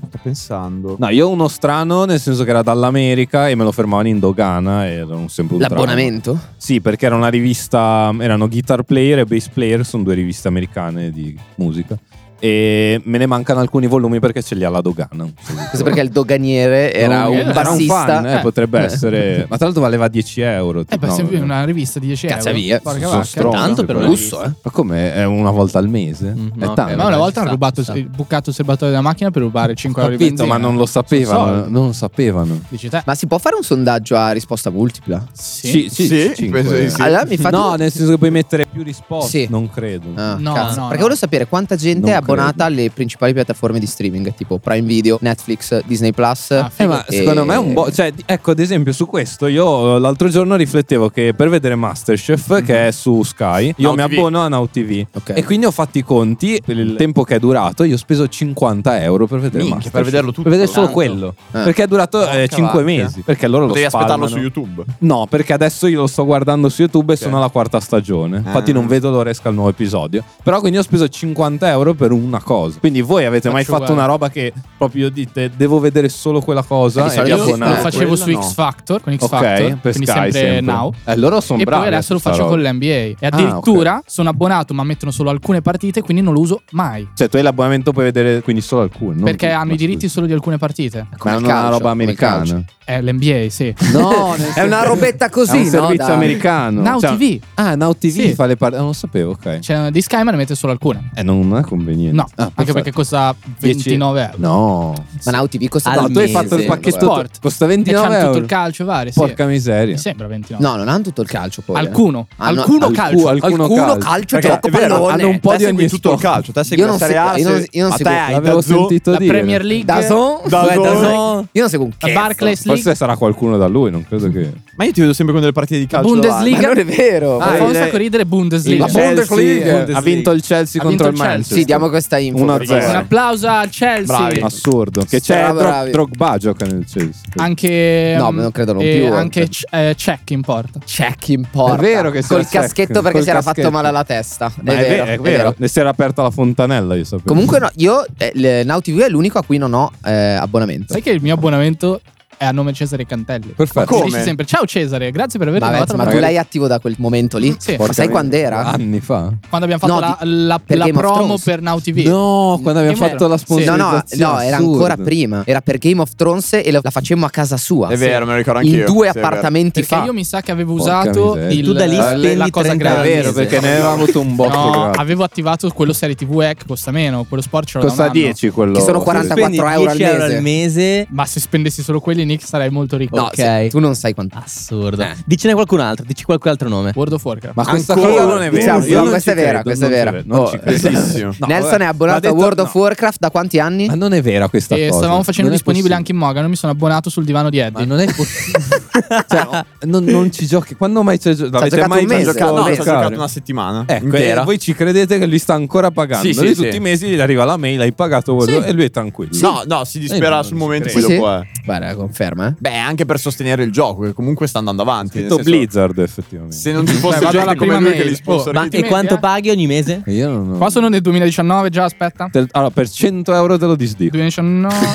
Sto pensando. No, io uno strano nel senso che era dall'America e me lo fermavano in dogana e era un sempre un dramma. L'abbonamento? Sì, perché era una rivista, erano Guitar Player e Bass Player, sono due riviste americane di musica. E me ne mancano alcuni volumi perché ce li ha la dogana. Questo perché il doganiere era Oh, Non- un bassista. fan, eh, potrebbe essere. Ma tra l'altro valeva 10 euro. Eh, beh, no, se è una rivista di 10 euro. Cazza via. Porca sono vacca. stronzo. Ma come? È una volta al mese? è eh. Mm, No, tanto. ma una volta hanno rubato il- bucato il serbatoio della macchina per rubare 5 euro di Capito, benzina. ma non lo sapevano. Non lo sapevano. Ma si può fare un sondaggio a risposta multipla? Sì, sì, sì, cinque. Allora mi fate- No, nel senso che puoi mettere più risposte. Sì. Non credo. Ah, No, cazzo. no, perché no. volevo sapere quanta gente Non è abbonata alle principali piattaforme di streaming, tipo Prime Video, Netflix, Disney Plus. Eh, ma secondo me è un bo'. Cioè, di- ecco, ad esempio, su questo io eh, l'altro giorno riflettevo che per vedere Masterchef, che è su Sky, io Now mi TV. abbono a Now TV. E quindi ho fatto i conti per il tempo che è durato. Io ho speso 50 euro per vedere Minchia, Masterchef. per vederlo tutto. Per vedere solo Tanto. quello. Eh. Perché è durato Porca 5 vacca. mesi. Perché loro lo Potevi aspettarlo spalmano. su YouTube. No, perché adesso io lo sto guardando su YouTube e sono alla quarta stagione. Infatti tutti, non vedo l'ora esca il nuovo episodio. Però quindi ho speso 50 euro per una cosa. Quindi voi avete mai Faccio fatto uguale. una roba che proprio dite devo vedere solo quella cosa? e vi Io abbonate? lo facevo su Quello no. X Factor con X Ok, Factor, per quindi Sky sempre, sempre. Now. Eh, allora son e bravi poi adesso a lo sta faccio roba. con l'NBA. E Ah, addirittura sono abbonato, ma mettono solo alcune partite, quindi non lo uso mai. Cioè, tu hai l'abbonamento, puoi vedere quindi solo alcune. non perché tutte, hanno ma i diritti solo di alcune partite. Eh, Ma non è una roba americana. È l'NBA, sì. No, nel È senso- una robetta così, È un no, servizio dai. americano. Now Cioè- TV. Ah, Now TV fa le partite. Non lo sapevo, ok. C'è di Sky, ma ne mette solo alcune. Eh, non è conveniente. Cioè, No, Ah, anche perfetto. perché costa 29 euro. No. Ma Now TV costa Ah, al tu hai mese. fatto il pacchetto. Sport. Costa E c'hanno 29 euro. tutto il calcio, vario. sì. Porca miseria. Mi sembra 29. No, non hanno tutto il calcio poi. eh. Alcuno. Hanno- Alcuno alcu- calcio. Alcuno, calcio, Perché, gioco è vero, pallone. hanno un po' Te di segui ogni tutto sport. calcio. Te segui Io la non Serie seguo- A, io non- se- io non ma seguo- te hai l'avevo Dazon? sentito La Premier League. Dazon? Dazon? Dazon? Io non seguo un La cazzo. Barclays League. Forse sarà qualcuno da lui, non credo che. Ma io ti vedo sempre con delle partite di calcio. Bundesliga. davanti. Eh, Ah, fa un sacco ridere Bundesliga. La Bundesliga. Ha vinto il Chelsea Ha vinto contro il, il Chelsea. Manchester. Sì, diamo questa info. Una Un zero. applauso al Chelsea. Assurdo. Che c'è Stra- Drog- bravi. Drogba gioca nel Chelsea. Anche No, mm, ma non credo non e più, Anche c- eh, check in porta. Check in porta. È vero che Col c'era Cech. caschetto perché Col si era caschetto. fatto male alla testa. Ma è, vero, è è vero. Ne si era aperta la fontanella, io sapevo. Comunque no, io eh, il Now TV è l'unico a cui non ho eh, abbonamento. Sai che il mio abbonamento è a nome Cesare Cantelli. Perfetto. Come? Come? Dice sempre "Ciao Cesare, grazie per aver Vabbè, rinnovato ma la tu l'hai magari- attivo da quel momento lì? Sì. Ma sai quando era? Anni fa. quando abbiamo fatto No, la, di- la- per la Game of promo Thrones. per Now TV. No, quando abbiamo Che fatto la merda. Sì. No, no, sponsorizzazione, no, era assurdo. ancora prima. Era per Game of Thrones e la la facemmo a casa sua. È vero, me lo ricordo In anch'io. due Sì, è vero. appartamenti Perché fa. io mi sa che avevo Porca usato miseria. il, Tu da lì la- spendi la cosa 30 grande. al mese. È vero, perché ne avevamo avuto un botto No, gratis. avevo attivato quello serie TV Ec, costa meno, quello sport ce l'ho da Costa un anno. 10 quello. Che sono 44 Spendi euro al 10 mese. Ma se spendessi solo quelli, Nick, sarei molto ricco. No, se- tu non sai Ah, quanto. Assurdo. Dicene qualcun altro, dici qualche altro nome. World of Warcraft. Ma questa cosa non è vera. Diciamo, Io no, non questa è ci vera, credo, questa è non ci vera. credo, non ci credo. Bellissimo. No, Nelson vabbè, è ma abbonato a detto- World of Warcraft da quanti anni? Ma non è vera questa E cosa. Eh, stavamo facendo Non è disponibile possibile. anche in Mogano. Mi sono abbonato sul divano di Eddie. Ma non è Non, non ci giochi. Quando mai c'è giocato? L'avete giocato mai un mese? giocato? No, ci ho giocare? giocato una settimana Ecco, intera. e voi ci credete che lui sta ancora pagando? Sì, sì, lui sì. tutti i mesi gli arriva la mail, hai pagato voi Sì. e lui è tranquillo. No, no, si Eh, dispera no, sul non ci momento credo. quello Sì, qua. Guarda, conferma, eh. Beh, anche per sostenere il gioco, che comunque sta andando avanti. nel Detto senso- Blizzard, effettivamente. Se non ci fosse Beh, vado alla gente come prima lui che mail. li Oh, ma- sponsorizza. e quanto paghi ogni mese? Io non ho. Qua sono nel 2019, già aspetta. Te- Allora, per 100 euro te lo disdico. 2019.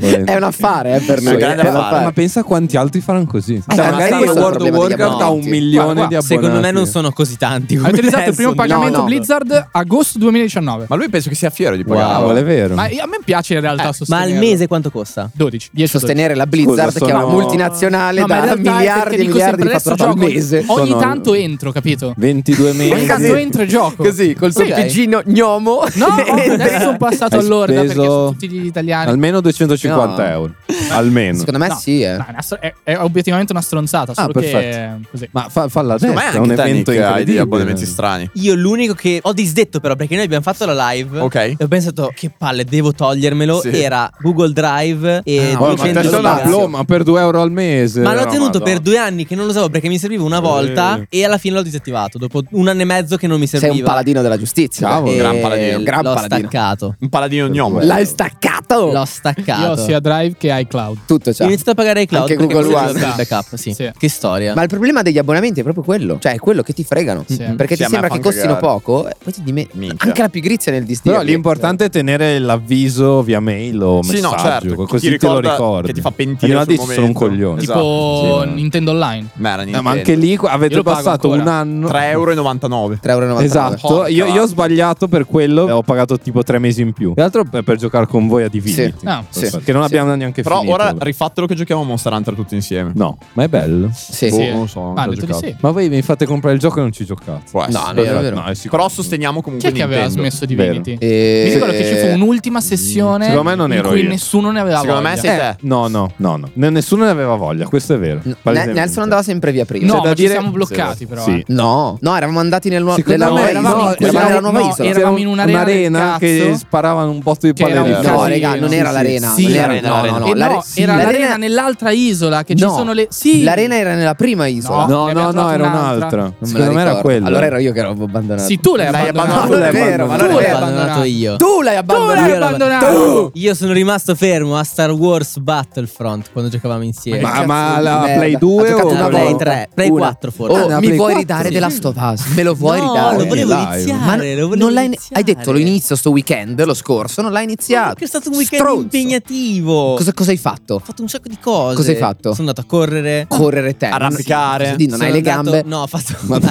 volendo. È un affare, eh, per Sì, noi. è È un una- affare. Ma pensa quanti altri faranno così. Cioè, ma magari questo è il World of problema degli Warcraft ha un abbonati. milione Guarda di qua, abbonati. Secondo me non sono così tanti. Hai utilizzato il primo pagamento no. Blizzard agosto 2019. Ma lui penso che sia fiero di Wow, pagarlo. è vero. Ma io- a me piace in realtà Ma sostenerlo. al mese quanto costa? 12. 10, Sostenere la Blizzard, Scusa, che è sono- una multinazionale No, ma in da realtà è miliardi perché e dico miliardi di sempre, adesso fatturato al gioco- mese. Ogni Sono- tanto entro, capito? 22 mesi. Ogni tanto entro e gioco. Così, col suo Sì. piggino gnomo. No, adesso sono passato Hai all'orda perché speso sono tutti gli italiani. Almeno 250 No. euro. Almeno. Secondo me No, sì, eh. no, è, una str- è- è obiettivamente una stronzata. Solo che perfetto. così. Ma fa, falla Eh, Secondo me adesso, è anche un te, evento Nick, hai degli incredibile. abbonamenti strani. Io l'unico che ho disdetto però perché noi abbiamo fatto la live Ok. e ho pensato che palle devo togliermelo Sì. era Google Drive e Ah, ma 200 te sono giga. a Roma per 2 euro al mese. Ma l'ho Eh, No, tenuto madonna. per due anni che non lo usavo perché mi serviva una volta Eh. e alla fine l'ho disattivato dopo un anno e mezzo che non mi Sei serviva. un paladino della giustizia. Cavolo, Eh, gran paladino. Gran L'ho paladino. Oh. staccato. Un paladino gnomo. L'hai staccato? L'ho Io ho staccato. sia Drive che iCloud. Tutto cioè. ciao. Ho iniziato a pagare iCloud Anche perché Google mi serviva One. per il backup, sì. Che storia. Ma il problema degli abbonamenti è proprio quello. Cioè, è quello che ti fregano. Mm-mm. Perché Sì, ti a me sembra fa che costino cagare. poco. eh, Poi ti dimenticano. Anche la pigrizia nel distinto. Però l'importante è tenere l'avviso via mail o Sì, messaggio, no, certo, che così ti te lo ricorda- ricordi. che ti fa pentire Prima sul dici sono un momento. coglione. Tipo Esatto, sì, ma- Nintendo Online. Eh, ma anche lì qu- avete passato un anno. 3,99 euro. 3,99 euro. Esatto, io, io ho sbagliato per quello, eh, ho pagato tipo tre mesi in più. Tra l'altro è per giocare con voi a Divinity, Sì. Ah, Perfetto. sì. che non Sì. abbiamo neanche Però finito. ora rifatelo che giochiamo a Monster Hunter tutti insieme. No, ma è bello. Sì, Boh, sì. non lo so, non Ah, ci ho detto di giocato. sì. Ma voi mi fate comprare il gioco e non ci giocate. Può essere. No, no, è vero. No, è sicuro. Però sosteniamo Chi comunque è che aveva Nintendo. smesso Divinity? Vero. Mi ricordo che ci Eh, fu un'ultima sessione secondo me non in ero cui io. nessuno ne aveva Secondo me voglia. sei Eh, no, no, no, no. Ne- Nessuno ne aveva voglia, questo è vero. Palesemente. eh, Nelson andava sempre via prima. da No, ma ci dire- siamo bloccati però. Sì. eh. No, no, eravamo andati nel nuovo. Secondo nella me nuova- no, eravamo in quella- eravamo- nella nuova no, isola. eravamo in un'arena del che cazzo. sparavano un botto di Che era palle un di No, fuoco. casino. raga, l'arena, non era l'arena. Sì, non era- l'arena, no, l'arena. no, no, Eh no, l'are- sì, era l'arena- l'arena nell'altra isola che ci No, sono le. Sì. L'arena era nella prima isola. No, ne abbiamo trovato Secondo me era ricordo. quella. Allora ero io che l'avevo abbandonato. Sì, tu l'hai abbandonato. No, non è vero, ma Tu non è l'hai vero. abbandonato io. Tu l'hai abbandonato. Io l'ho Tu! Io sono rimasto fermo a Star Wars Battlefront quando giocavamo insieme. Ma- Ma che ma cazzo di la merda. Play Ha 2 giocato o- una la Play volta? 3? Play Una. 4 forse. Oh, Ah, mi Play vuoi 4, ridare sì. della Stopaz? Me lo vuoi No, ridare? lo volevo Dai. iniziare, Ma lo volevo non l'hai- Hai detto lo inizio sto weekend, lo scorso, non l'hai iniziato. È stato un weekend Stronzo. impegnativo. Cosa, cosa hai fatto? Ho fatto un sacco di cose. Cosa hai fatto? Sono andato a correre. Correre te. Arrampicare. Così non Sono hai le andato- gambe. no, ho fatto- Ah,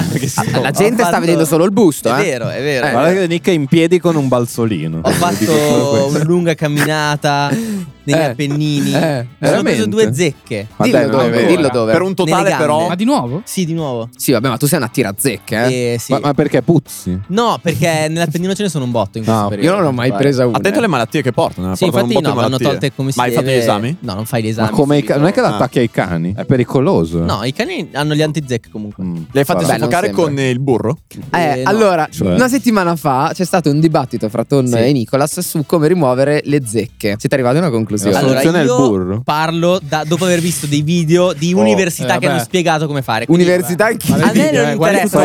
La gente sta vedendo solo il busto. È eh. vero, è vero. Guarda che Nick è in piedi con un balzolino. Ho fatto una lunga camminata Eh, negli Appennini. Mi eh, sono preso veramente? due zecche. Ma Dillo Ah, dai, non è dove, vero. dillo dove. Per un totale, Nelle gambe. però- Ma di nuovo? Sì, di nuovo. Sì, vabbè, ma tu sei una tirazecca, eh? Eh, sì. Ma- ma perché puzzi? No, perché nell'Appennino ce ne sono un botto in questo No, periodo. io non ho mai Guarda. presa una. Attento alle malattie che portano. ne Sì, portano infatti un no, botto di vanno malattie. tolte come si Ma hai fatto deve. gli esami? No, non fai gli Ma esami. come i ca- non è che Ah. l'attacchi ai cani? È pericoloso. Mm. No, i cani hanno gli antizecche comunque. Le hai fatte Beh, non soffocare sembra. con il burro? Eh, Eh, no. allora, Cioè? una settimana fa c'è stato un dibattito fra Tonno e Nicolas su come rimuovere le zecche. Siete arrivati a una conclusione? Allora, io parlo da- dopo aver visto dei video di Oh, università eh, che vabbè. hanno spiegato come fare. Quindi- Università A me non interessa.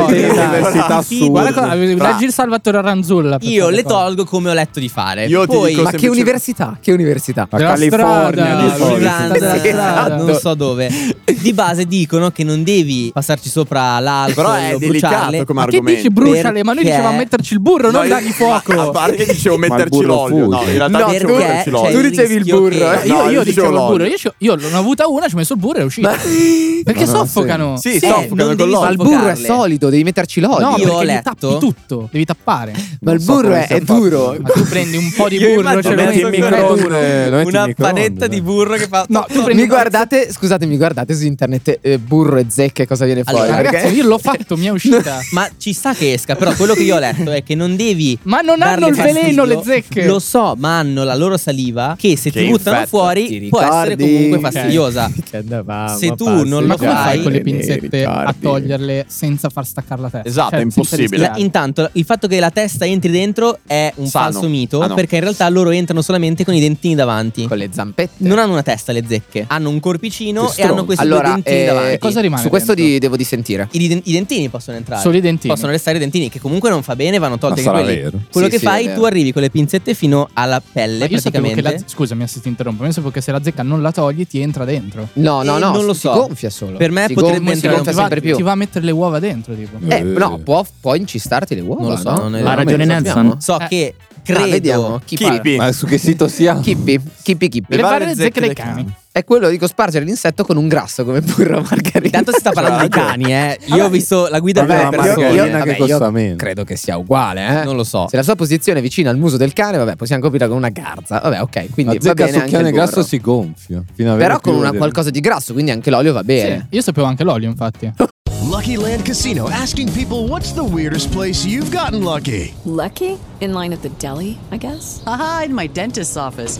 Guarda, cosa- leggi il Salvatore Aranzulla. per Io queste le cose. tolgo come ho letto di fare. Poi- Poi, ma che università? Che università? Della strada, California, Uganda, Sì, esatto. non so dove. Di base dicono che non devi passarci sopra l'alcol Però è o delicato bruciarle. come Ma che argomento. dici Bruciale, ma noi perché- dicevamo metterci il burro, non io- dargli fuoco. A parte che dicevo Ma il metterci burro l'olio. No, fugge. in realtà No, non dicevo perché metterci c'è l'olio. il eh? rischio che- No, Io, io dicevo dicevo il burro, l'olio. io, ce- io l'ho avuta una, ci ho messo il burro e è uscito. Perché No, no, soffocano? sì. Sì, Sì, soffocano non con devi l'olio. Ma il burro è solido, devi metterci l'olio. Io No, ho perché li letto- tappi tutto, devi tappare. Ma il burro è, è duro. Ma tu prendi un po' di burro, ce lo metti in Una panetta di burro che fa. No, tu prendi Mi guardate, scusate, mi guardate su internet eh, burro e zecche cosa viene fuori. Allora, perché- ragazzi, Io l'ho fatto, mi è uscita. Ma ci sta che esca, però quello che io ho letto è che non devi. Ma non darle hanno il fastidio. veleno le zecche. Lo so, ma hanno la loro saliva che se ti buttano infetto, fuori ti può essere ricordi? comunque Ok. fastidiosa. se tu non Ma lo come fai fai con le pinzette a toglierle senza far staccare la testa? Cioè, Cioè, senza La- rischiare. intanto, il fatto che la testa entri dentro è un Sano. falso mito, Ah, no. perché in realtà loro entrano solamente con i dentini davanti. Con le zampette. Non hanno una testa le zecche, hanno un corpicino e hanno questi allora, due dentini eh, davanti. Eh, Su questo di- devo dissentire. I, den- i dentini possono entrare. Solo i dentini. Possono restare i dentini, che comunque non fa bene, vanno tolti Ma anche sarà quelli. vero. Quello Sì, che sì, è fai, vero. tu arrivi con le pinzette fino alla pelle, Ma io sapevo che praticamente. la, scusami se ti interrompo, ma io sapevo che se la zecca non la togli ti entra dentro. Cioè, No, no, Eh, no. non lo si so. gonfia solo. Per me si potrebbe gonfia, si entrare- gonfia ti va- sempre più. Ti va a mettere le uova dentro, tipo. Eh, no, può, può incistarti le uova. Non lo so, no? non è- Ha ragione lo Nelson. sappiamo. So Eh. che Ah, credo- vediamo. chi Kippi. parla. Ma su che sito siamo? Kippi, Kippi, Kippi. Le varie zecche dei cani. È quello, dico, spargere l'insetto con un grasso come burro Esatto. margarina. Intanto si sta parlando di cani, eh. Io ho visto la guida Vabbè, della però io- persona. io- vabbè, io credo che sia uguale, eh. Non lo so. Se la sua posizione è vicina al muso del cane, vabbè, possiamo coprirla con una garza. Vabbè, ok, quindi La va zecca bene anche succhione il grasso burro. si gonfia. Fino a avere Però più con una- del- qualcosa di grasso, quindi anche l'olio va bene. Io sapevo anche l'olio, infatti. Lucky Land Casino asking people what's the weirdest place you've gotten lucky? Lucky? In line at the deli, I guess? Haha, in my dentist's office.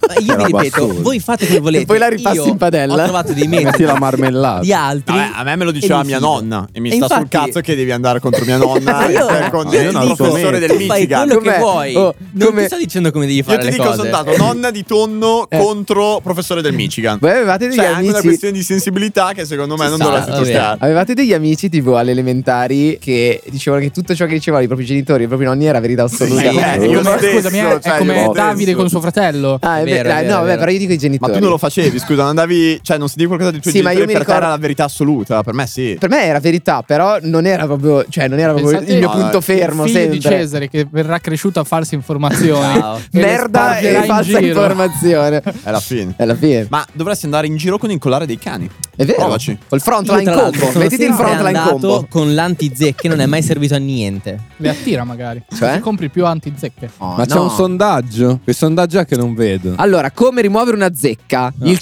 Ma Io vi ripeto, voi fate quello che volete. E poi la ripassi Io in padella. Ho trovato dei metodi. Metti la marmellata. ah, Di altri. Vabbè, a me me lo e diceva mi mia fido. nonna e mi E sta sul infatti- cazzo che devi andare contro mia nonna eh, con Ma io il non so professore niente. del Tu fai Michigan. quello che vuoi. non ti sto dicendo come devi fare Io ti le dico, cose. Eh. sono andato nonna di tonno contro professore del Michigan. Voi avevate degli C'è anche una amici- questione di sensibilità che secondo me non dovrà Vabbè. toccare. Avevate degli amici tipo alle elementari che dicevano che tutto ciò che dicevano i propri genitori e i propri nonni era verità assoluta. Eh, ma scusami, è, cioè, è come Davide con suo fratello. Ah, è Vero, vero, dai, vero, no, vabbè, vero. però io dico i Ma genitori. tu non lo facevi, scusa, non andavi, cioè non si dice qualcosa di tuoi Cioè, Sì, ma genitori io mi per te era ricordo- la verità assoluta, per me sì. Per me era verità, però non era proprio, cioè, non era proprio Pensate il mio al punto fermo. figlio sempre. di Cesare che verrà cresciuto a farsi informazioni. le Merda spargerà e in falsa giro. informazione. È la fine. È la fine. Ma dovresti andare in giro con il collare dei cani. È vero. Provaci. Col Io, frontline tra combo. l'altro, Mettiti il sono sempre frontline andato combo. Con l'antizecche non è mai servito a niente. Le attira magari. Cioè? Se compri più antizecche. Ma c'è no. Ah, un sondaggio? Che sondaggio è che non vedo? Allora, come rimuovere una zecca? Il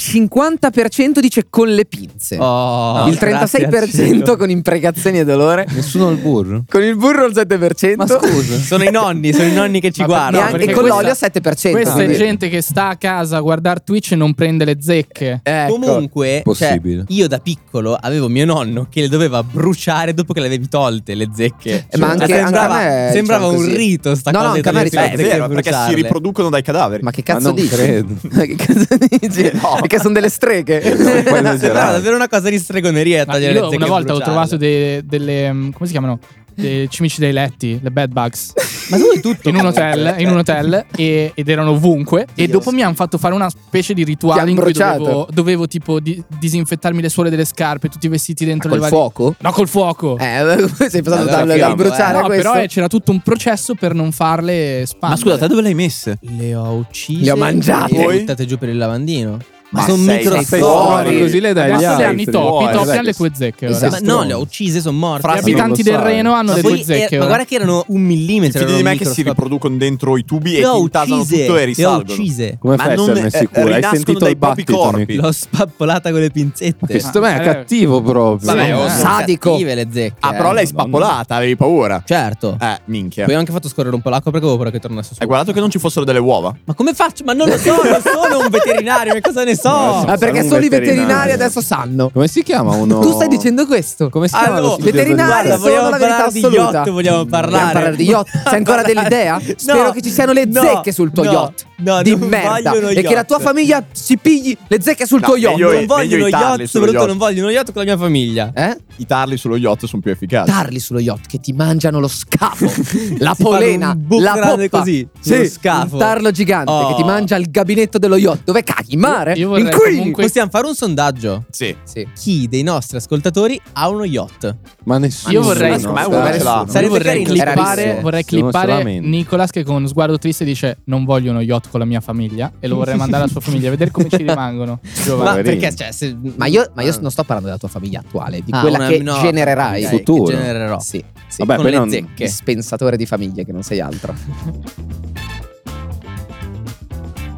50% dice con le pinze. Oh, il grazie al 36% cielo. con imprecazioni e dolore. Nessuno al burro. Con il burro il 7%. Ma scusa, sono i nonni, sono i nonni che ci Ma perché- guardano. no, E perché con questa- l'olio 7%. Questa è quindi. gente che sta a casa a guardare Twitch e non prende le zecche. Ecco. Ecco, Comunque, cioè, io da piccolo avevo mio nonno che le doveva bruciare dopo che le avevi tolte le zecche. Eh, ma anche- Cioè, anche sembrava, a me sembrava diciamo un così. rito sta No, no, cosa. di anche a me togliersi le diciamo- zecche eh, è e vero, perché si bruciarle. riproducono dai cadaveri. Ma che cazzo non dici? credo. Ma che cazzo dici? Perché sono delle streghe. Sembrava davvero una cosa di stregoneria Ma togliere le io zecche una e volta ho bruciarle. trovato de- delle. mm, come si chiamano? Dei cimici dei letti, le bed bugs. Ma tu tutto. In un hotel, in un hotel e- ed erano ovunque. E dopo mi hanno fatto fare una specie di rituale Ti in han cui bruciato? dovevo, dovevo tipo di- disinfettarmi le suole delle scarpe, tutti i vestiti dentro Ma le col varie. fuoco? No, col fuoco. Eh, sei passato Allora, dal- dal capiamo, bruciare eh. a No, questo? però eh, c'era tutto un processo per non farle spandere. Ma scusa, te dove le hai messe? Le ho uccise. Le ho mangiate. Le Poi? hai buttate giù per il lavandino. Ma Ma sono sei- micro Cioè, sei fuori. Così le dai agli eh, Adesso le altri. hanno i topi, i topi hanno le cue zecche, ora. Ma no, le ho uccise, sono morte. Gli abitanti del Reno hanno Ma le poi tue era- zecche. eh. Ma ora. guarda che erano un millimetro. Fidi di erano me che si microscopiche. riproducono dentro i tubi e Le ti ho intasano uccise, tutto le e ho risalgono. uccise. Come fai a non, esserne eh, sicuro? Hai rinascono sentito dai il propri battito, corpi. amico? L'ho spappolata con le pinzette. Che secondo Eh. me è cattivo proprio. Vabbè, oh, sono sadico. cattive le zecche. Ah, però eh. l'hai spappolata, avevi paura. Certo. Eh, minchia. Poi ho anche fatto scorrere un po' l'acqua perché avevo paura che tornasse su. Hai guardato che non ci fossero delle uova? Ma come faccio? Ma non lo so, non sono un veterinario, che cosa ne so? Ah, perché solo i veterinari adesso sanno. Come si chiama uno? Tu stai dicendo questo? Come si chiama lo studio veterinari dove- sono Guarda, la vogliamo verità parlare di assoluta. yacht, vogliamo Vogliamo parlare. parlare di yacht. C'è ancora dell'idea? Spero che ci siano le No, zecche sul tuo no, yacht. no, di non merda. vogliono E yacht. che la tua famiglia si pigli le zecche sul No, tuo meglio yacht. io- non voglio uno meglio i tarli yacht, sullo soprattutto yacht. non voglio uno yacht con la mia famiglia. Eh? I tarli sullo yacht sono più efficaci. Tarli sullo yacht che ti mangiano lo scafo, la Si fanno polena, un buco la grande poppa. così, sì, uno scafo. un tarlo gigante Oh. che ti mangia il gabinetto dello yacht. Dove caghi? In mare? Io vorrei in qui? comunque- Possiamo fare un sondaggio. Sì. Sì. Chi dei nostri ascoltatori ha uno yacht? Ma nessuno. Io vorrei, no, io dai. vorrei- Sarebbe io vorrei carino, clippare, rarissimo. vorrei Se non si clippare lamenta. Nicolas che con sguardo triste dice non voglio uno yacht con la mia famiglia e lo vorrei mandare alla sua famiglia a vedere come ci rimangono. Ma Giovani. perché cioè, se- Ma io, ma io non sto parlando della tua famiglia attuale, di Ah, quella una- che no, genererai. ok, che Futuro. genererò. Sì, sì, Vabbè, con poi le non- zecche. Dispensatore di famiglie che non sei altro.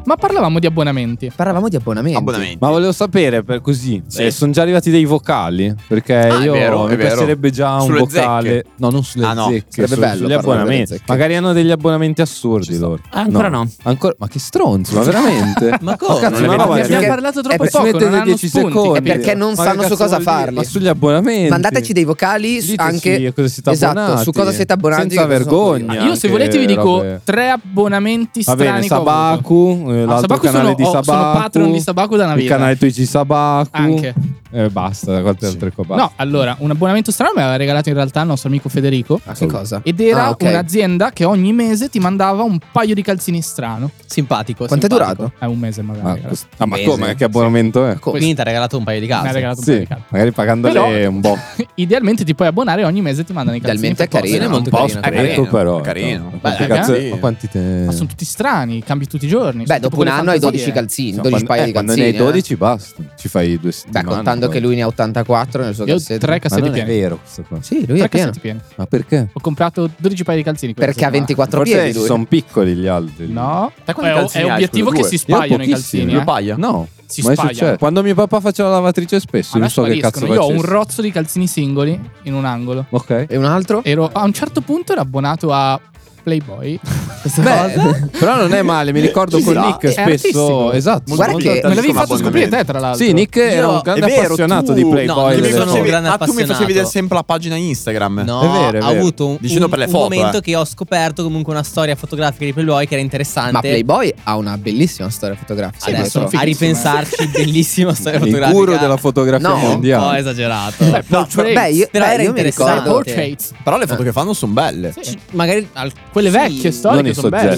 Ma parlavamo di abbonamenti. Parlavamo di abbonamenti. Abbonamenti. Ma volevo sapere per così, Sì. eh, sono già arrivati dei vocali? Perché Ah, è io vero, è mi vero. piacerebbe già Sulle un vocale. zecche. No, non sulle Ah, no. zecche, Sarebbe su- bello parlare sugli delle abbonamenti. zecche. Magari hanno degli abbonamenti assurdi loro. Ancora no. Ancora- ma che stronzo, ma veramente? Ma come? Non cazzo, ma le roba Ne è- abbiamo perché- parlato è troppo per- ci poco, mette non hanno 10 spunti. secondi. È perché non Ma che sanno su cazzo cosa vuol dire? farli. Ma sugli abbonamenti. Mandateci dei vocali Diteci anche a cosa siete esatto, abbonati. su cosa siete abbonati. Senza che cosa sono vergogna. abbonati. Ah, Io se Anche volete vi dico robe- tre abbonamenti Va strani bene, che ho avuto. Sabaku, eh, l'altro Sabaku canale sono- di ho- sono Sabaku. patron di Sabaku da una Il vita. canale Twitch di Sabaku. Anche. Eh, basta, quante altre cose. No, allora, un abbonamento strano me l'aveva regalato in realtà il nostro amico Federico. Ah, Che cosa? Ed era Ah, ok. un'azienda che ogni mese ti mandava un paio di calzini strano. Simpatico. Quanto è simpatico. durato? È un mese Ah, magari. questo- ah, ma Mese. come? Che abbonamento è? Questo- Quindi ti ha regalato un paio di Mi ha case. regalato un paio Sì, di calze. magari pagandole Però- un po'. Idealmente ti puoi abbonare e ogni mese ti mandano i calzini. Idealmente è per posta. carino, è molto un carino, po' Ecco. stretto, carino. però. ecco. Carino. Ma Beh, quanti eh, cazzo- sì. ma quanti te- Ma sono tutti strani, cambi tutti i giorni. Beh, dopo Sono tipo un quelle anno hai fantasie. 12 calzini, Insomma, 12 paio quando- eh, di Quando calzini. ne hai eh. 12 basta, ci fai due Beh, settimane. contando poi. che lui ne ha 84 nel suo Io ho cassetto. tre Ma cassetti non è pieni. vero questo qua. Sì, lui Tre è pieno. cassetti pieni. Ma perché? Ho comprato 12 paia di calzini. quella Perché ha settimana. 24 Forse piedi lui. sono piccoli gli altri. No, è, quanti calzini è hai, obiettivo scusa? che Due? si Io ho spaiano i pochissimi. calzini. Due eh. paia? No, Si ma è spagliano. successo. Quando mio papà faceva la lavatrice spesso, A me non so che cazzo spariscono. Io ho un facesse. rozzo di calzini singoli in un angolo. Ok. E un altro? Ero, a un certo punto ero abbonato a Playboy. Questa cosa? Però non è male, mi ricordo Ci con sta. Nick È spesso. artistico. Esatto. Guarda molto che- artistico. Me l'avevi fatto abbonamento. scoprire te, tra l'altro. Sì, Nick era Io- un grande È vero, appassionato tu- di no, io Playboy. e Tu mi mi, delle sono robe. un facevi, gran ah, tu mi appassionato. facevi vedere sempre la pagina Instagram. No, È vero, è ha vero. avuto un, Dicendo un- per le un foto, momento eh. che ho scoperto comunque una storia fotografica di Playboy che era interessante. Ma Playboy ha una bellissima storia fotografica. Sì, ma Adesso sono a fighissime. ripensarci, bellissima storia Il fotografica. guru della fotografia No. Un po' mondiale. esagerato. Beh, portraits. beh, io, Però beh, era io mi interessante. ricordo Portraits. Però le foto che fanno sono belle. Cioè, Sì. Magari al- Quelle vecchie storiche sono belle.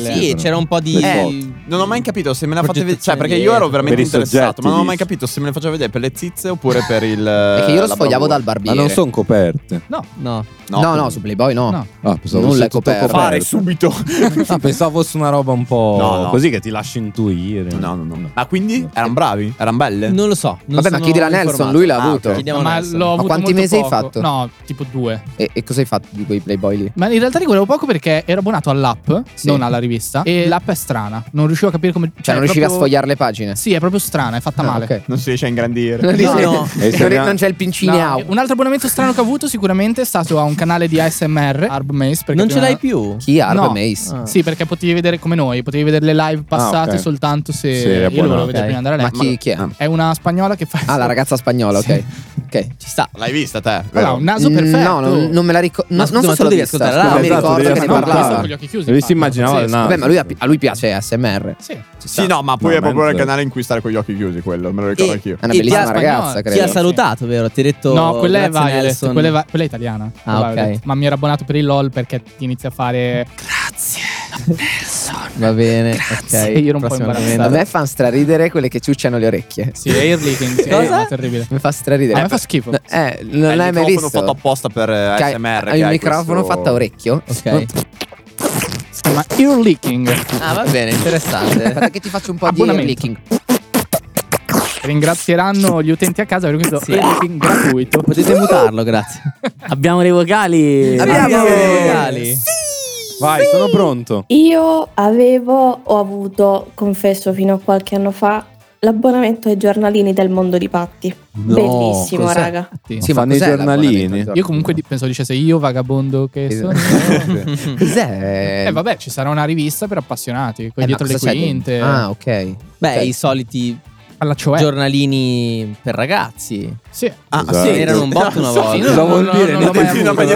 Eh, non ho mai capito se me la fate vedere. Cioè, perché io ero indietro. veramente Per i interessato, soggetti, ma non ho dici. mai capito se me le faceva vedere per le zizze oppure per il. Perché io lo la sfogliavo bravura. dal barbiere. Eh, Ma non son coperte. No. No. No. No, no, su Playboy no. Ah, pensavo Nulla è fosse tutto coperto. coperto. Fare subito. Ah, pensavo fosse una roba un po' No, no. Oh, così che ti lasci intuire. No, no, no. Ma quindi erano bravi? Erano belle? Non lo so. Vabbè, ma chiedila a Nelson, lui l'ha Ah, avuto. Ma l'ho avuto Ma quanti molto mesi poco. hai fatto? No, tipo due. E, e cosa hai fatto di quei Playboy lì? Ma in realtà li volevo poco perché ero abbonato all'app, non alla rivista. E l'app è strana. Non riuscivo a capire come. Cioè, non riuscivi a sfogliare Ah, le pagine? Sì, è proprio strana, è fatta male. Non si riesce a ingrandire. No, Un altro abbonamento strano che ho avuto sicuramente è stato a un canale di ASMR, Arb Mace. perché Non ce prima- l'hai più? Chi, Arb No. eh, Mace? Ah. Sì, perché potevi vedere come noi, potevi vedere le live passate ok. soltanto se... Sì, io lo volevo abbonato. vedere Ok. prima di andare a Ma letto. chi- chi è? È una spagnola che fa... Ah, la ragazza spagnola, ok. Ok, ci sta. L'hai vista te? Allora, un naso perfetto. Mm, No, non, non me la ricordo. Ma No, scusa, non so ma se tu l'ho devi vista, ascoltare scusa, la- mi Esatto, ricordo devi che ne ascoltare. parlava. Con gli occhi chiusi, Dovresti infatti. immaginare il naso. Vabbè, ma lui, ha- a lui piace ASMR. Sì. Sì, no, ma poi Ah, No, è proprio mezzo. il canale in cui stare con gli occhi chiusi, quello, me lo ricordo anch'io. È una bellissima ragazza, credo. Ti ha salutato, vero? Ti ha detto. No, quella è "Grazie, Violet, Nelson". quella è, va- quella è italiana. Ah, Quella è ok. Violet. Ma mi ero abbonato per il LOL perché ti inizia a fare... Grazie, Nelson. Va bene, Grazie. Io ero un po' imbarazzato. A me fanno straridere quelle che ciucciano le orecchie. Sì, Earlicking, sì, Cosa? è terribile. Mi fa straridere. A me fa schifo. Eh, non l'hai mai visto. fatto apposta per eh, Che hai- ASMR. Hai che un hai microfono questo- fatto a orecchio. Ok. Si chiama ear leaking. Ah, va bene, interessante. Aspetta che ti faccio un po' di Abbonamento. leaking. Ringrazieranno gli utenti a casa per questo Sì. ear leaking gratuito. Potete mutarlo, grazie. Abbiamo le vocali. Abbiamo le vocali. Vai, sono pronto. Io avevo, ho avuto, confesso fino a qualche anno fa, l'abbonamento ai giornalini del mondo di Patti. Bellissimo, cos'è? raga. Sì, fanno i giornalini. Io comunque di- pensavo dicesse io vagabondo che Esatto. sono. Cos'è? Eh vabbè, ci sarà una rivista per appassionati, con Eh, dietro ma le cosa c'è quinte. dentro? Ah, ok. Cioè, Beh, Ok. i soliti Alla cioè. giornalini per ragazzi. Sì. Ah, Esatto. sì, erano un botto una Sì, volta. no, Cosa vuol no, dire? no, no, no, mai avuto, Dai,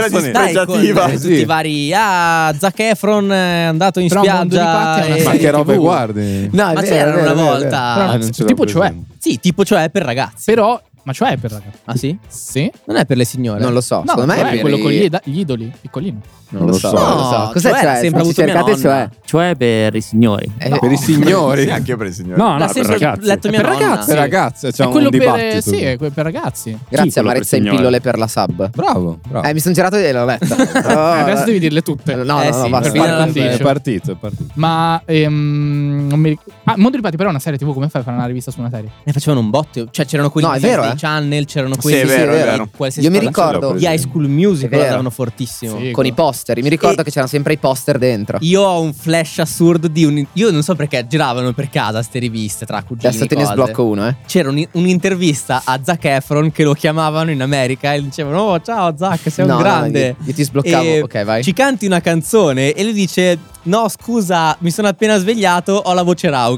assolutamente. con, eh, Sì. tutti i vari Ah, Zac Efron è andato in Però Mondo di spiaggia. Patti è una e- serie Ma che robe TV. guardi? No, è ma vero, c'erano è una vero, è vero. Però- volta. Ah, non ce l'ho tipo cioè. presente. Sì, tipo cioè per ragazzi. Però ma cioè per ragazzi. Ah sì? Sì. Non è per le signore. Non lo so, No, secondo me cioè, è per quello i- con gli, ed- gli idoli, piccolino. Non lo so, non lo so. Cos'è cioè? sempre Ci avuto mia cercate cioè? Eh, nonna. Cioè per i signori. No. per i signori? Sì, anche io per i signori. Ah, No, no, L'ha per sempre ragazzi. letto mia per nonna. ragazzi. Per ragazzi, c'è È un quello eh, per, dibattito. sì, è que- per ragazzi. Grazie Amarezza in pillole per la sub. Bravo, bravo. Eh, mi sono girato e l'ho letta. Eh, adesso devi dirle tutte. No, no, no, basta. per par È condicio. partito, è partito. Ma ehm, non mi ric- Ah, Mondo di Patti però è una serie TV, come fai a fare una rivista su una serie? Ne facevano un botto. Cioè, c'erano quelli No, è di vero, Disney eh. Channel, c'erano Sì, quelli è di- vero, è di vero. qualsiasi Io mi cosa. ricordo- Gli high school music È lo vero. davano fortissimo. Con i posteri. Mi ricordo E- che c'erano sempre i poster dentro. Io ho un flash assurdo di un. Io non so perché giravano per casa ste riviste tra cugini. Adesso te ne cose. sblocco uno, eh. C'era un- un'intervista a Zac Efron che lo chiamavano in America e gli dicevano: Oh, ciao Zac, sei No, un no, grande. io- io ti sbloccavo. E Ok, vai. Ci canti una canzone e lui dice: No, scusa, mi sono appena svegliato, ho la voce rauca.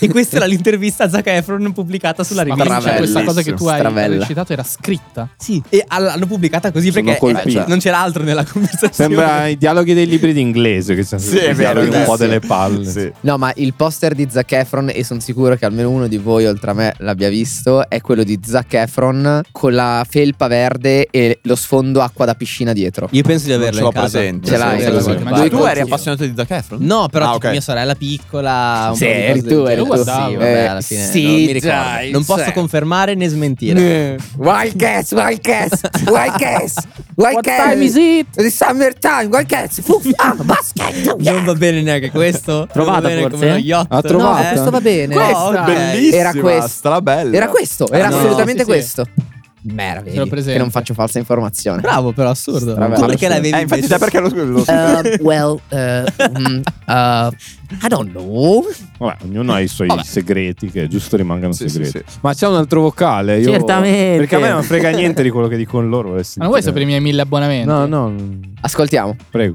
e questa era l'intervista a Zac Efron pubblicata sulla Ma rivista. quindi cioè, questa cosa che tu hai Stravella. avevi citato era scritta. Sì. E all- l'hanno pubblicata così Sono perché colpito. eh, non c'era altro nella conversazione. Sembra i dialoghi dei libri d'inglese che sono Sì, è i vero, dialoghi un eh, po' sì. delle palle. No, ma il poster di Zac Efron, e sono sicuro che almeno uno di voi oltre a me l'abbia visto, è quello di Zac Efron con la felpa verde e lo sfondo acqua da piscina dietro. Io penso di Non averlo ce l'ho in casa. presente. Ce l'hai, Sì, ce l'hai. sì, Ma sì. lui tu eri appassionato di Zac Efron? No, però Ah, tipo ok. mia sorella piccola. Un Sì, po' di cose eri del tu, genere. eri Lo tu. guardavo. Eh, vabbè, alla fine. sì, non mi ricordo. dai, non posso sì. confermare né smentire. Wild guess, wild guess, wild guess, wild What guess. time is it? It's summertime, wild guess. Fuff, ah, basket. Non va bene neanche questo. Trovata Non va bene forse, come eh? uno yacht. Ha trovata? No, questo va bene. Questa Questa. ok. Bellissima, Era questo. strabella. Era questo, era Ah, no. assolutamente Sì, sì, sì. questo. Merda, vedi, Te lo presento. che non faccio falsa informazione. Bravo, però assurdo. Stravella. Tu perché l'avevi Eh, infatti, invece? te perché lo- lo- Um, Uh, well, mm, uh, I don't know. Vabbè, ognuno ha i suoi Vabbè. segreti che è giusto rimangano segreti. Ma c'è un altro vocale? Io... Certamente. Perché a me non frega niente di quello che dicono loro. Ma non vuoi sapere i miei mille abbonamenti? No, no. Ascoltiamo. Prego.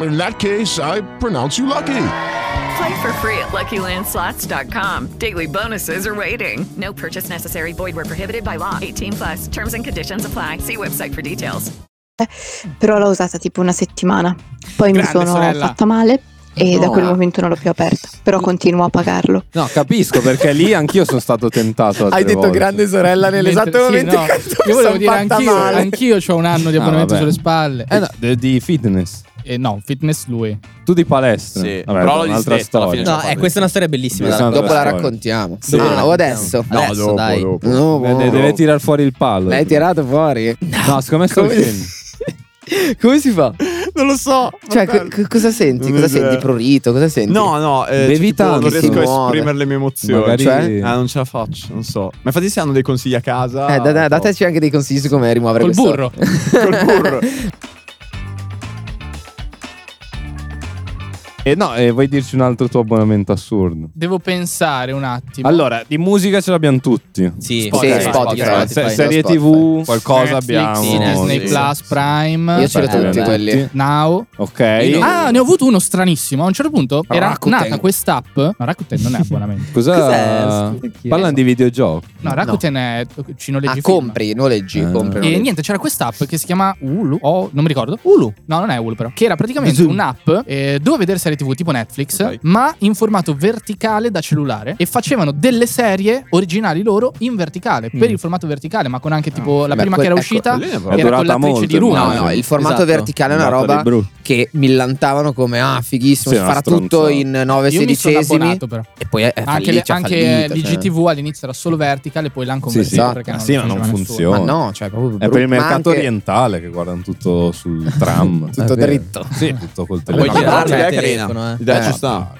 In that case, I pronounce you lucky. Play for free at LuckyLandSlots.com. Daily bonuses are waiting. No purchase necessary. Void were prohibited by law. 18 plus. Terms and conditions apply. See website for details. però l'ho usata tipo una settimana. Poi Grande, mi sono sorella. fatta male e da No. quel momento non l'ho più aperta, però continuo a pagarlo. No, capisco perché lì anch'io sono stato tentato. altre Hai detto volte. grande sorella nell'esatto momento in cui tu Io volevo dire anch'io, anch'io ho un anno di No, abbonamento Ah, vabbè. sulle spalle. Eh no, de- di fitness. Eh, no, fitness lui. Tu di palestra. Sì, Vabbè, però l'ho un'altra disdetto, alla fine storia. ce l'ho No, fatta. eh, questa è una storia bellissima, Questa è dopo un'altra la storia. raccontiamo. Sì. Ah, o adesso? No, adesso, dopo, dai. dopo. No, Deve- no. Deve tirar fuori il palo. L'hai tirato fuori? No, secondo me sto Come- uscendo. Come si fa? Non lo so. Cioè, co- co- cosa senti? Non Cosa idea. senti? Prurito? Cosa senti? No, no, eh, Bevi tipo, non tanto. riesco Si a muove. esprimere le mie emozioni. Magari- Cioè? Ah, non ce la faccio, non so. Ma infatti, se hanno dei consigli a casa. Eh, da- da- dateci anche dei consigli su come rimuovere Col questo- Ah, burro. Col burro. E no, eh, vuoi dirci un altro tuo abbonamento assurdo? Devo pensare un attimo. Allora, di musica ce l'abbiamo tutti. Sì, Spotify, sì, Spotify, Spotify, se- Spotify. serie TV, qualcosa abbiamo. Disney Plus, Prime. Io ce l'ho tutti quelli. Now. Ok. Ah, ne ho avuto uno stranissimo. A un certo punto era Rakuten. nata quest'app. No, Rakuten non è abbonamento. Cos'è? Cos'è? Chi è? Parlano di videogiochi. No, Rakuten è ci noleggi Ah, film. compri, noleggi, compri. Eh. E noleggi. niente, c'era quest'app che si chiama Hulu. Oh, non mi ricordo. Hulu. No, non è Hulu, però. Che era praticamente Zoom. un'app eh, dove vedere serie TV tipo Netflix, Ok. ma in formato verticale da cellulare. E facevano delle serie originali loro in verticale. Per il formato verticale, ma con anche tipo la Beh, prima quel- che era ecco, uscita. quella era è con l'attrice di Runa. No, no, il formato Esatto. verticale è una Andata roba di brutto. che millantavano come ah, fighissimo, Sì, si una farà tutto stronzata. in 9 Io mi sono sedicesimi. abbonato, però. E poi è è anche fallito, ha anche fallito, cioè. l'IGTV all'inizio era solo verticale, poi l'hanno Sì, convertito. sì. perché Ah, sì, ma non nessuno. funziona. Ma no, cioè, proprio È per il brutto. Ma mercato anche- orientale che guardano tutto sul tram. Tutto È vero. dritto. Sì, tutto col Vuoi telefono. girarlo? Cioè, Vabbè, L'idea eh, è carina. telefono, eh. L'idea Eh, ci sta.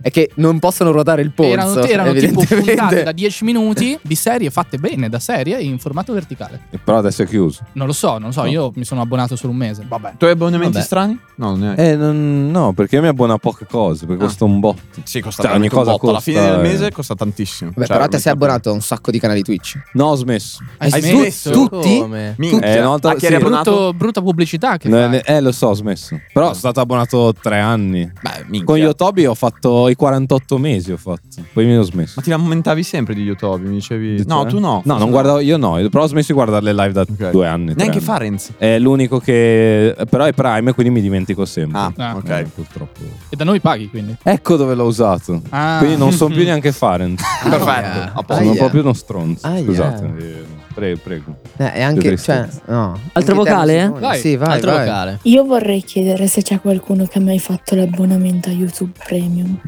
È che non possono ruotare il polso. Erano, erano tipo evidentemente. puntate da 10 minuti di serie fatte bene da serie in formato verticale. Però adesso è chiuso. Non lo so, non lo so, No. io mi sono abbonato solo un mese. Cioè, Vabbè. Tu hai abbonamenti Vabbè. strani? No, neanche. Eh, non- no, perché io mi abbono a poche cose, perché Ah. costa un botto. Sì, costa Cioè, ogni veramente un cosa botto. Alla fine costa, del eh. mese costa tantissimo. Beh, Cioè, però te sei abbonato a un sacco di canali Twitch. No, ho smesso. Hai Hai smesso? smesso? Tutti? Come? Tutti? Minchia. Eh, una Ah, volta- A chi eri sì. abbonato? Brutto- brutta pubblicità che Ne- fa. ne- eh, lo so, ho smesso. Però sono stato abbonato tre anni. Con Yotobi ho fatto i 48 mesi. Ho fatto. Poi mi ho smesso. Ma ti lamentavi sempre di Yotobi? Mi dicevi. No, Eh? tu no. No, non guardavo io no. Però ho smesso di guardare le live da due anni. tre Neanche anni. Farenz. È l'unico che. Però è Prime, quindi mi dimentico sempre. Ah. ok. Eh, purtroppo. E da noi paghi quindi. Ecco dove l'ho usato. Ah, Ah. Quindi non sono più neanche Farenz. Perfetto. A posto. Sono Aia. proprio uno stronzo. Aia. Scusate. eh, Prego, prego. Eh, e anche. Dovrei Cioè, no. Altro Anche te, vocale? Simone. Vai. Sì, vai. Altro vai. vocale. Io vorrei chiedere se c'è qualcuno che ha mai fatto l'abbonamento a YouTube Premium.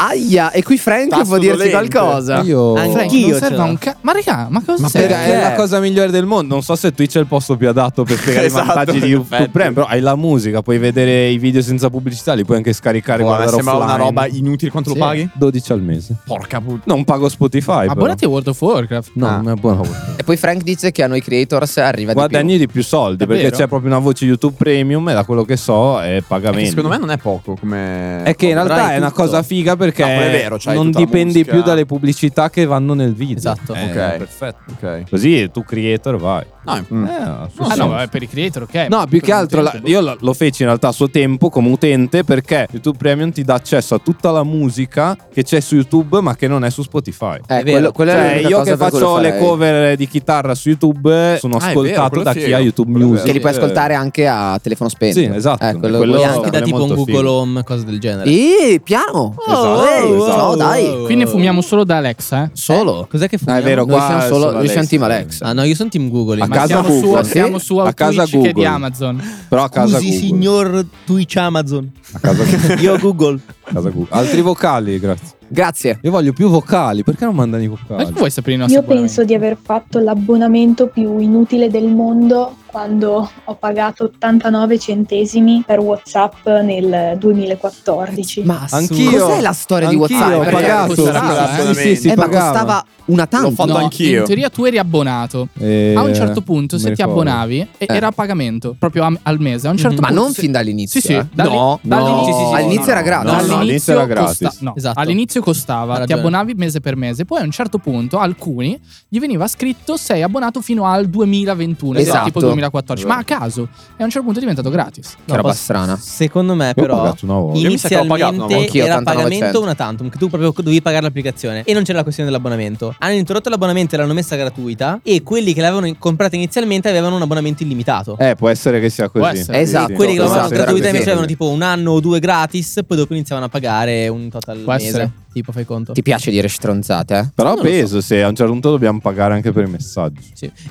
Aia, e qui Frank Tasto può dirti dolente. qualcosa. Io- Frank, Anch'io non cioè. ce serve l'ho. un ca- Ma raga, ma cosa Ma serve? per- è la cosa migliore del mondo. Non so se Twitch è il posto più adatto per spiegare Esatto, i vantaggi di in YouTube effetti. Premium. Però hai la musica, puoi vedere i video senza pubblicità, li puoi anche scaricare. Boh, a me guardare sembrava offline. una roba inutile. Quanto Sì. lo paghi? 12 al mese. Porca puttana. Non pago Spotify. però. Abbonati a World of Warcraft. Ah. No, non è buono. E poi Frank dice che a noi creators arriva Guadagni di di più soldi perché Davvero? c'è proprio una voce YouTube Premium e da quello che so è pagamento. secondo me non è poco come. È che in realtà è una cosa figa perché No, è vero, c'hai non tutta la dipendi musica. più dalle pubblicità che vanno nel video. Esatto. Ok. Perfetto. Ok. Così tu creator vai. No, Mm. Eh, ha suo Ah no, senso. vabbè, per i creator, ok. Eh, No, più che altro la- io lo, lo feci in realtà a suo tempo come utente perché YouTube Premium ti dà accesso a tutta la musica che c'è su YouTube ma che non è su Spotify. È vero. quello- Eh, quella è Cioè, l'unica io cosa che per cui faccio lo le farei. cover di chitarra su YouTube sono Ah, è vero, ascoltato quello da è chi figo. ha YouTube Quello è Music. vero. Che li puoi ascoltare Eh, anche a telefono spento. Sì, esatto. Eh, quello, Quello- quello anche da è tipo un molto Google figo. Home, cose del genere. E piano. Esatto, Ehi, esatto. ciao, dai. Qui ne fumiamo solo da Alexa, eh. Solo? Cos'è che funziona? Ah, è vero, Noi qua siamo solo- solo noi siamo Alexa. team Alexa. Ah no, io sono team Google. A invece. casa siamo Google. su, siamo su a casa Twitch che di Google. Amazon. Però a casa Scusi, Google. signor Twitch Amazon. A casa Google. Io Google. A casa Google. Altri vocali, grazie. Grazie. Io voglio più vocali, perché non mandano i vocali? Perché vuoi sapere i nostri Io abbonamenti? penso di aver fatto l'abbonamento più inutile del mondo quando ho pagato 89 centesimi per WhatsApp nel 2014. Ma Anch'io. Cos'è la storia di Anch'io, WhatsApp? ho Perché pagato. costava, Sì, sì, sì, eh? sì, Eh, ma pagava. costava una tanto. L'ho fatto No, anch'io. In teoria tu eri abbonato. Eh, a un certo punto, non se mi ti ricordo. abbonavi, e- Eh. Mm. era a pagamento proprio a- al mese. A un certo Ma punto, non se- fin dall'inizio, Sì, sì, eh? dalli- No, dall'inizio- no, Sì, sì, sì, all'inizio no, era no, gratis. no, no, all'inizio era gratis. costa- no, all'inizio costava, ti ragione. abbonavi mese per mese. Poi a un certo punto, a alcuni gli veniva scritto sei abbonato fino al 2021, Esatto. tipo 2014, ma a caso. E a un certo punto è diventato gratis. Che roba strana. Secondo me, Io ho però, pagato una volta. Io mi sa che ho pagato una volta. inizialmente Anch'io, era 89 pagamento cento. una tantum, che tu proprio dovevi pagare l'applicazione. E non c'era la questione dell'abbonamento. Hanno interrotto l'abbonamento e l'hanno messa gratuita. E quelli che l'avevano comprata inizialmente avevano un abbonamento illimitato. Eh, può essere che sia E così. quelli che l'avevano Esatto, gratuita sì. invece avevano tipo un anno o due gratis, poi dopo iniziavano a pagare un total Può mese. essere. Tipo, fai conto. Ti piace dire stronzate, eh? Però peso se a un certo punto dobbiamo pagare anche per i messaggi.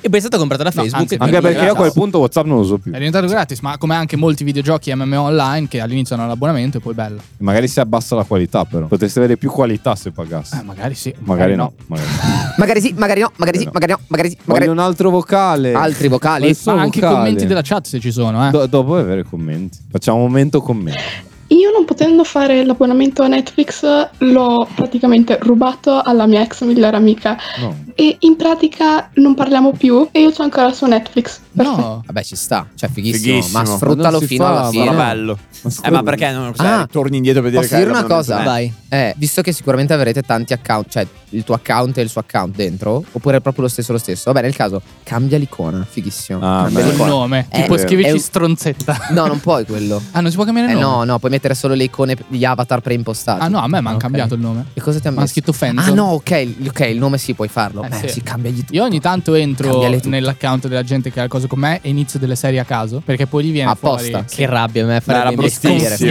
E poi è stato comprato da No, Facebook. anzi, e Anche quindi- perché io a quel punto WhatsApp non lo uso più. È diventato gratis, ma come anche molti videogiochi MMO online che all'inizio hanno l'abbonamento e poi bello. Magari si abbassa la qualità, però. Potreste avere più qualità se pagassi. Eh, magari sì. Magari no. Magari. Magari sì, magari no, magari sì, magari no, magari sì. Magari... Voglio un altro vocale. Altri vocali? Ma anche i commenti della chat se ci sono, eh. Do- dopo avere commenti. Facciamo un momento commenti. Io non potendo fare l'abbonamento a Netflix l'ho praticamente rubato alla mia ex migliore amica No. e in pratica non parliamo più e io c'ho ancora su Netflix. No. Vabbè, ci sta. Cioè, fighissimo. Fighissimo. Ma sfruttalo Non si fino fa, alla fine. ma bello. Eh, ma perché non cioè, torni indietro per dire Posso che dire hai una l'abbonamento? cosa? Eh. Vai. Eh, visto che sicuramente avrete tanti account, cioè il tuo account e il suo account dentro, oppure è proprio lo stesso lo stesso. Vabbè, nel caso, cambia l'icona. Fighissimo. Ah. Ah, cambia Il l'icona. nome. Eh, tipo è- scrivici è un- stronzetta. No, non puoi quello. Ah, non si può cambiare Eh, il nome? no, no, puoi mettere solo le icone, gli avatar preimpostati. Ah no, a me mi hanno cambiato il nome. E cosa ti ha messo? Ma ha scritto Fenzo. Ah no, ok, il- ok, il nome sì, puoi farlo. Eh, Beh, sì. sì, cambiagli tutto. Io ogni tanto entro Cambiale tutto. nell'account della gente che ha le cose con me e inizio delle serie a caso, perché poi lì viene Apposta. fuori Che rabbia, me farebbe impazzire. Sì,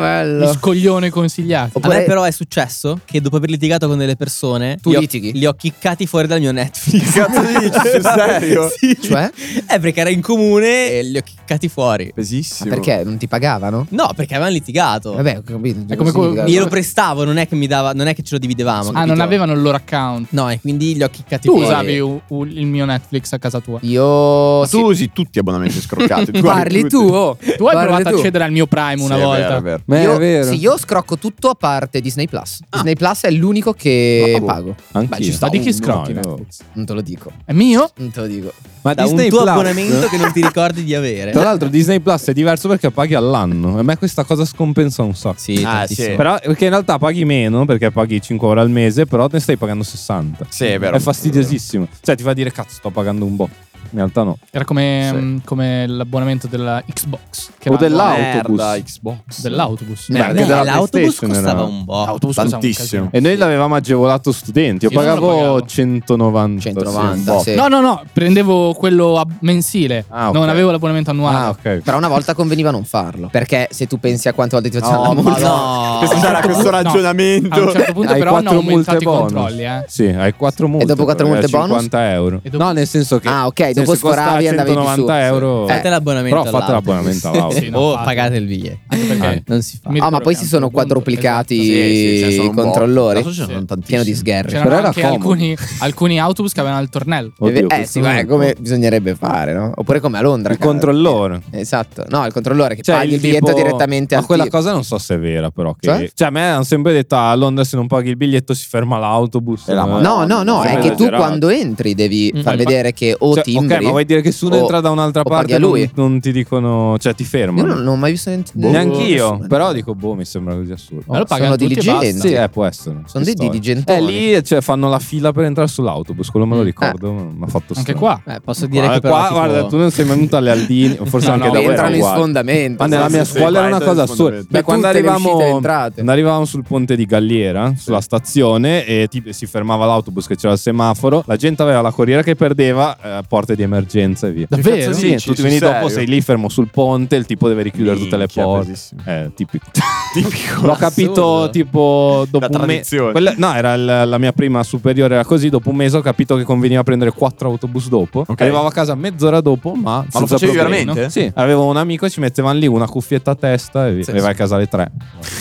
Il scoglione consigliato. A me però è successo che dopo aver litigato con delle persone, Tu li ho- litighi? Li ho chiccati fuori dal mio Netflix. Cazzo dici, sul serio? sì. Cioè? Eh, perché era in comune e li ho chiccati fuori. Ma Pesissimo. perché? Non ti pagavano? No, perché avevano litigato. Vabbè, ho capito. È come Cosa significa? glielo prestavo, non è che mi dava, non è che ce lo dividevamo. Ah, non avevano il loro account. No, e quindi li ho chiccati Tu fuori. Eh, usavi u- u- il mio Netflix a casa tua. Io. Tu usi tutti gli abbonamenti scroccati. tu guardi tutti. oh, Tu hai provato ad accedere al mio Prime una Sì, è volta. vero, è vero. Ma è io, vero. Sì, io scrocco tutto a parte Disney Plus. Ah. Disney Plus è l'unico che Ah, pago. Anch'io. Beh, ci sta Ma di chi uno scrocchi che- Netflix? Non te lo dico. È mio? Non te lo dico. Ma Da Disney un tuo Plus? abbonamento che non ti ricordi di avere. Tra l'altro Disney Plus è diverso perché paghi all'anno. A me questa cosa scompensa un sacco. Sì, Ah, tantissimo. sì. Però, perché in realtà paghi meno perché paghi 5 euro al mese, però ne stai pagando 60. Sì, è vero. È fastidiosissimo. Cioè ti fa dire cazzo, sto pagando un bo'. In realtà no. Era come, mh, come l'abbonamento della Xbox. O era- dell'autobus. Merda, Xbox. Dell'autobus. Beh, anche della PlayStation era- po'. L'autobus costava un Tantissimo. E noi l'avevamo agevolato studenti. Io Io non lo pagavo 190. 190, boh. sì. No, no, no, prendevo quello a- mensile. Ah, ok. Non avevo l'abbonamento annuale. Ah, ok. Però una volta conveniva non farlo. Perché se tu pensi a quante volte ti facciamo No, la ma multa. no. Questo A un c'era certo questo punto- no, ragionamento. a un certo punto però hanno quattro aumentato multe i bonus. controlli, eh. Sì, hai 4 multe. dopo quattro però, multe eh, bonus? 50 euro. E dopo- No, nel senso che. Ah, ok, se- dopo se costa sforavi e andavi di 190 su. euro. Fate l'abbonamento. Eh, Però fate l'abbonamento all'auto. all'auto. o pagate il biglietto. perché- Non si fa. Mi Ah, ma ricordo poi che si a sono un certo punto- quadruplicati esatto. Sì, sì, ce ne sono i un botto. controllori. Adesso ce ne sono tantissimi. Pieno di Eh, sgherri. C'erano anche alcuni, alcuni autobus che avevano il tornello. Oh. Eh, eh sì, ma è come bisognerebbe fare, no? Oppure come a Londra. Il cara. controllore. Esatto. No, il controllore che Cioè, paghi il, il biglietto tipo- direttamente Ma al quella tipo. cosa non so se è vera, però. Che... Cioè? Cioè? a me hanno sempre detto "Ah, a Londra se non paghi il biglietto si ferma l'autobus. la Eh, No, no, no, sempre è che tu esagerato. quando entri devi far vedere che o Cioè, timbri ok, ma vuoi dire che se uno o- entra da un'altra o paghi parte a lui. Non, non ti dicono, cioè ti Io fermano. Boh, non, Boh, non ho mai visto niente. Neanch'io, nessuno. però dico, boh, mi sembra così assurdo. Ma lo pagano sono tutti e diligenti. basta. Sì, eh, può essere. Sono Che dei storia. diligentoni. Mm. Eh, lì cioè, fanno la fila per entrare sull'autobus, quello me lo Eh. ricordo. Mi ha fatto Anche strano. qua. Eh, posso dire Guarda, che però qua, tipo- guarda, tu non sei mai venuto alle Aldini, o forse No, anche no, da voi. entrano era in uguale. sfondamento, Ma nella sì, mia sì, scuola sì, era una vai, cosa sfondamento. assurda. Per Beh, quando tutte le uscite e arrivavamo, entrate. quando arrivavamo sul ponte di Galliera, sulla stazione, e ti- si fermava l'autobus che c'era il semaforo, la gente aveva la corriera che perdeva, eh, porte di emergenza e via. Davvero? Che cazzo Sì, dici? tu ti vieni Sul dopo, serio? sei lì fermo sul ponte, il tipo deve richiudere tutte le Minchia, porte. pesissimo. Eh, tipico. L'ho capito Ecco, Assurdo. tipo dopo La un mese. tradizione. Quella- no, era il- la mia prima superiore, era così. Dopo un mese ho capito che conveniva prendere quattro autobus dopo. Arrivavo a casa mezz'ora dopo, ma. lo senza facevi problemi. veramente? Sì, avevo un amico e ci mettevano lì una cuffietta a testa e, via. Sì, e vai a casa alle tre.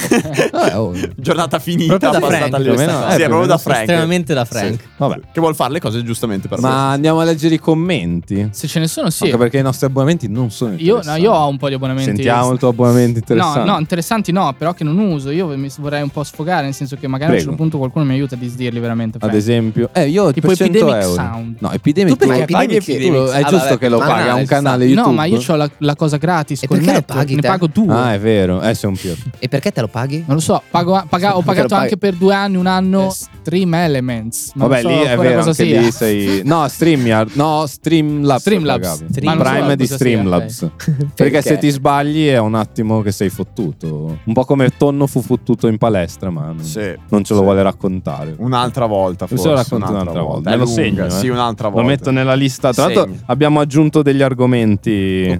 Eh, oh. Giornata finita. Proprio da passata Frank, alle- questa cosa. Sì, è Eh, proprio da Frank. estremamente da Frank. Sì. Vabbè. Che vuol fare le cose giustamente per me. Ma andiamo a leggere i commenti. Se ce ne sono, sì. Anche perché i nostri abbonamenti non sono Io, no, interessanti. io ho un po' di abbonamenti. Sentiamo il tuo abbonamento No, interessante. no, interessanti no, però che non uso. Io mi s- vorrei un po' sfogare, nel senso che magari a un Prego. certo punto qualcuno mi aiuta a disdirli veramente. Ad Frank. esempio, eh, io Tipo per 100 Epidemic euro. Sound. No, Epidemic Tu perché lo paghi paghi tu lo- Epidemic? è Ah, giusto vabbè, che lo ma paga, no, ha un esatto. canale No, YouTube. ma io ho la, la cosa gratis col perché lo network, paghi ne te? pago due. Ah, è vero, eh, sei un più. E perché te lo paghi? Non lo so, pago a- paga- ho Perché lo pagato paghi? anche per due anni, un anno, Stream Elements. ma non Vabbè, so lì è ancora vero, cosa anche sia. lì sei... No, StreamYard, no, Streamlabs. Streamlabs. pagavi. Stream- Ma non so Prime di cosa sia, Streamlabs. ok. Perché, Perché? se ti sbagli è un attimo che sei fottuto. Un po' come Tonno fu fottuto in palestra, ma non, non ce lo vuole raccontare. Un'altra volta, forse. Forse lo racconto un'altra, volta. È Me lo lunga, segno, eh. Sì, un'altra volta. Lo metto nella lista. Tra l'altro Segno. abbiamo aggiunto degli argomenti.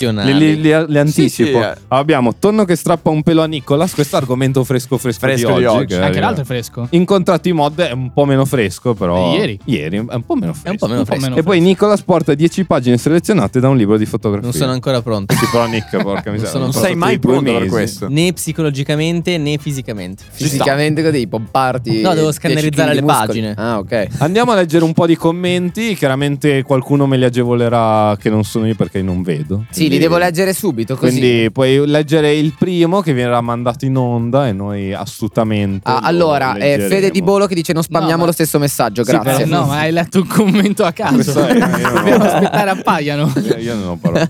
Li, li- li- li anticipo. Sì, sì, eh. Abbiamo Tonno che strappa un pelo a Nicolas. Questo argomento fresco fresco, Fresco di, di oggi. oggi. che Anche arriva. l'altro è fresco. Incontrati mod è un po' meno fresco, però. È ieri. Ieri, è un po' meno fresco. po' meno fresco. E poi Nicolas porta 10 pagine selezionate da un libro di fotografia. Non sono ancora pronto. Sì, però Nick, porca miseria. sono sono pronto. stati due mesi. Né psicologicamente né fisicamente. Fisicamente che devi pomparti. No, devo 10 scannerizzare le chili di muscoli. pagine. Ah, ok. Andiamo a leggere un po' di commenti. Chiaramente qualcuno me li agevolerà che non sono io perché non vedo. Sì, li Quindi- devo leggere subito così. Quindi puoi leggere il primo che verrà mandato in onda e noi assolutamente. Ah, lo allora, eh, leggeremo. Fede Di Bolo che dice non spammiamo No, ma- lo stesso messaggio, Sì, grazie. però Eh, no, ma hai letto un commento a caso. Questo è- Dobbiamo aspettare appaiano. Io- Io non ho parole.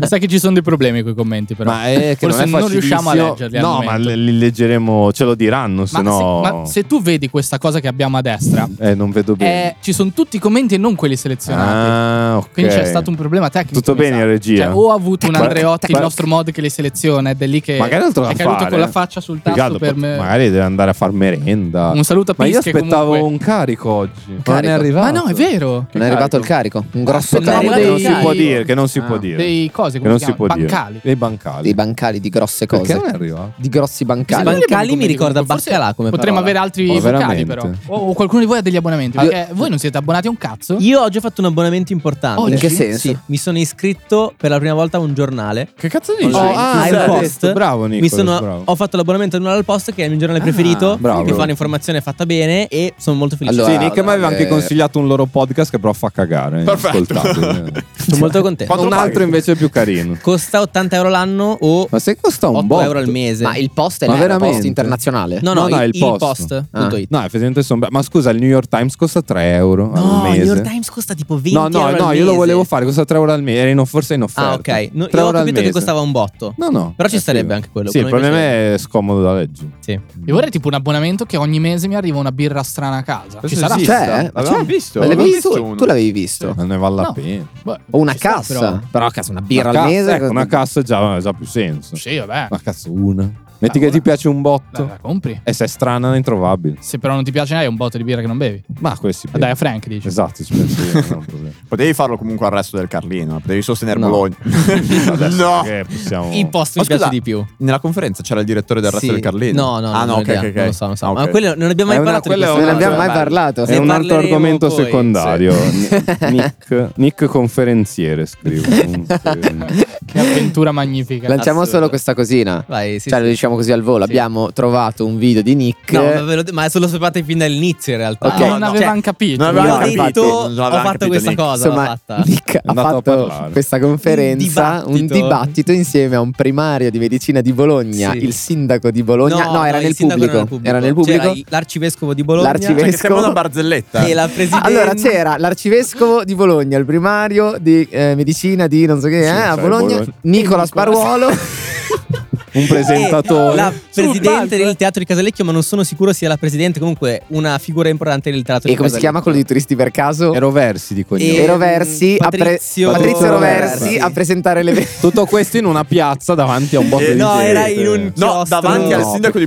Mi sa che ci sono dei problemi con i commenti, però. Ma è che Forse non, è riusciamo a facilissimo. leggerli. al No, momento. ma le- li leggeremo, ce lo diranno, se Ma se- no. ma se tu vedi questa cosa che abbiamo a destra, Eh, non vedo bene. eh, ci sono tutti i commenti e non quelli selezionati. ah, ok. Quindi c'è stato un problema tecnico. Tutto bene, regia. Cioè, o ha avuto un Ma- Andreotti, il ma- nostro mod che li seleziona, ed è lì che Magari è lo trova a caduto fare, con la eh. faccia sul Più che tasto altro per pot- me. Magari deve andare a far merenda. Un saluto a Ma io Pische, aspettavo comunque. un carico oggi. Ma non è Carico? arrivato. Ma no, è vero. Non è arrivato il carico, un grosso Sembrava carico. dei- Che non si può dire, che non si Ah. può dire. Dei cose, che come non si si chiama? può Bancali. dire. Dei bancali. Dei bancali di grosse cose. Perché non è arrivato? Di grossi bancali. Bancali mi ricorda baccalà come Potremmo avere parola. altri Ma vocali, Oh, veramente? però. O o qualcuno di voi ha degli abbonamenti. Perché voi non siete abbonati a un cazzo. Io oggi ho fatto un abbonamento importante. Oh, Oggi? In che senso? Sì, mi sono iscritto per la prima volta a un giornale. Che cazzo dici? Oh, ah, al esatto. post. Bravo, Nicolas, Mi sono- bravo. Ah, Ho fatto l'abbonamento annuale al post, che è il mio giornale preferito. bravo. Mi fa un'informazione fatta bene e sono molto felice. sì, Nick mi aveva anche eh, consigliato un loro podcast che però fa cagare. eh, Perfetto. Ascoltate. eh. Sono molto contento. un altro invece più carino. Costa 80 euro l'anno o Ma se costa un 8 botto. euro al mese. Ma il post è Ma la veramente? post internazionale? No, no, il- il post. Ah. Punto it. No, effettivamente sono. be- Ma scusa, il New York Times costa 3 euro No, al mese. New York Times costa tipo 20 No, no, euro no, al io lo mese. volevo fare, costa 3 euro al mese. Era in off- forse in offerta. Ah, ok. No, 3 io ho euro Certo. al capito che mese. costava un botto. No, no. Però ci Eh, starebbe sì. anche quello. Sì, il quello problema invece- è scomodo da leggere. Sì. Io vorrei tipo un abbonamento che ogni mese mi arriva una birra strana a casa. Ci Questo sarà? esiste? C'è? eh? cioè, L'avevamo C'è? visto? Ma l'hai L'abbiamo visto? visto Tu l'avevi visto? Non ne vale la No. pena. Beh, O una Boh, ci sta, cassa. però. Però, a casa una birra Una al cazzo- mese. ecco, una cassa già ha già più senso. Sì, vabbè. Una cazzo una. Ah, Metti che ti piace un botto. La compri. E se è strana, è introvabile. Se però non ti piace, hai un botto di birra che non bevi. Ma questi. Dai, a Frank dici. Esatto, ci penso io, non è un problema. Potevi farlo comunque al resto del Carlino. eh. Potevi sostenere No. Bologna. no. Che possiamo... I post Ma mi piace scusa, di più. Nella conferenza c'era il direttore del resto Sì. del Carlino. No, no, ah, no, no, non ho ok, idea, ok, ok. non lo so, non lo so. Ah, Ma ok. quello non Eh, abbiamo mai È una- parlato di quello è questo. un Non abbiamo mai altro- parlato. È un altro argomento secondario. Nick, Nick Conferenziere scrivo. Che avventura magnifica. Lanciamo solo questa cosina. cioè, lo diciamo così al volo. Abbiamo trovato un video di Nick. No, ma, ve lo- ma se lo sapevate fin dall'inizio in realtà. Ok. Ah, non avevamo Cioè, capito. Non avevamo avevamo detto, capito, ho non avevamo fatto capito questa niente. cosa. Insomma, l'ho fatta. Nick ha fatto questa conferenza, Un un dibattito. insieme a un primario di medicina di Bologna, Sì. il sindaco di Bologna. No, era, il nel sindaco pubblico. Era nel pubblico. C'era Cioè, il- l'arcivescovo di Bologna. L'arcivescovo. Cioè, che sembra una barzelletta. E la presidente. Allora c'era l'arcivescovo di Bologna, il primario di eh, medicina di non so che, eh, a cioè, Bologna, Bologna. Nicola Sparuolo. Un E presentatore. Eh, La presidente del teatro di Casalecchio, ma non sono sicuro sia la presidente. Comunque, una figura importante del teatro e di come si Casalecchio. chiama quello di turisti per caso? Ero Versi di cognome. Ero Versi, a pre- Patrizio- Patrizio, Roversi a presentare l'evento. Tutto questo in una piazza davanti a un botto Eh, di no, gente. era in un chiostro. No, peccato. Sì, davanti al sindaco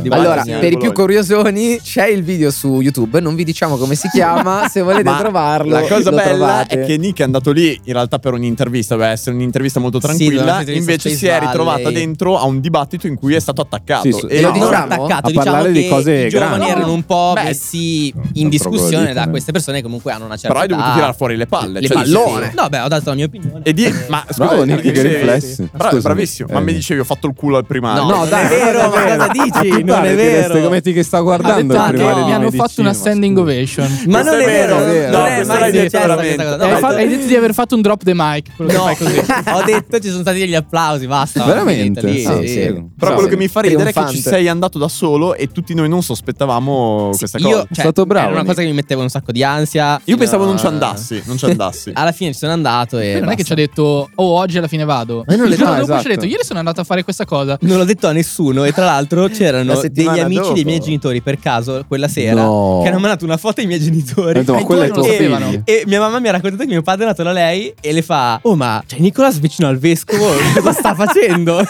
di Bologna. Allora, per i più curiosoni, c'è il video su YouTube. Non vi diciamo come si chiama. se volete Ma trovarlo, La cosa lo bella trovate. è che Nick è andato lì in realtà per un'intervista, doveva essere un'intervista molto Sì, doveva tranquilla, essere un'intervista invece Space si è Valley, trovata dentro a un dibattito in cui è stato attaccato. Sì, sì. E Lo no, diciamo? attaccato, A diciamo parlare di che cose i giovani grandi. erano un po' Beh, messi in non discussione da probabilmente. queste persone che comunque hanno una certa Però hai dovuto età. tirare fuori le palle. Cioè, Le cioè, pallone. sì. No, beh, ho dato la mia opinione. E di- ma scusa, Bravo, Nicky, che sì, riflessi. sì. Bra- Scusami. bravissimo, ma Eh. mi dicevi ho fatto il culo al primo anno. No, No, dai, è vero, non è ma vero. cosa dici? A chi Non pare è che vero. resta come Metti Ah, che sta guardando il primario di mi hanno medicina, fatto una ma standing ovation. Ma non è vero, No, non è questa mai l'hai successa certo, detto questa veramente. cosa. No, Hai fa- dai. eh. hai detto di aver fatto un drop the mic. quello che fai così. ho detto ci sono stati degli applausi, basta. Veramente? Lì, Ah, lì. sì. Però quello che mi fa ridere è che ci sei andato da solo e tutti noi non sospettavamo questa Io, cosa. cioè, Era una cosa che mi metteva un sacco di ansia. Io fino pensavo non ci a- andassi, non ci andassi. Alla fine ci sono andato e. Poi non è che ci ha detto, oh, oggi alla fine vado. Eh, Ma non Il le- giorno ah, dopo ci ha esatto. detto, ieri sono andato a fare questa cosa. Non l'ho detto a nessuno e tra l'altro c'erano La degli settimana amici dopo. dei miei genitori per caso quella sera No. che hanno mandato una foto ai miei Eh, genitori no, E quello è loro tuo e, figlio. e mia mamma mi ha raccontato che mio padre è andato da lei e le fa oh ma c'è Nicolas vicino al vescovo cosa sta facendo?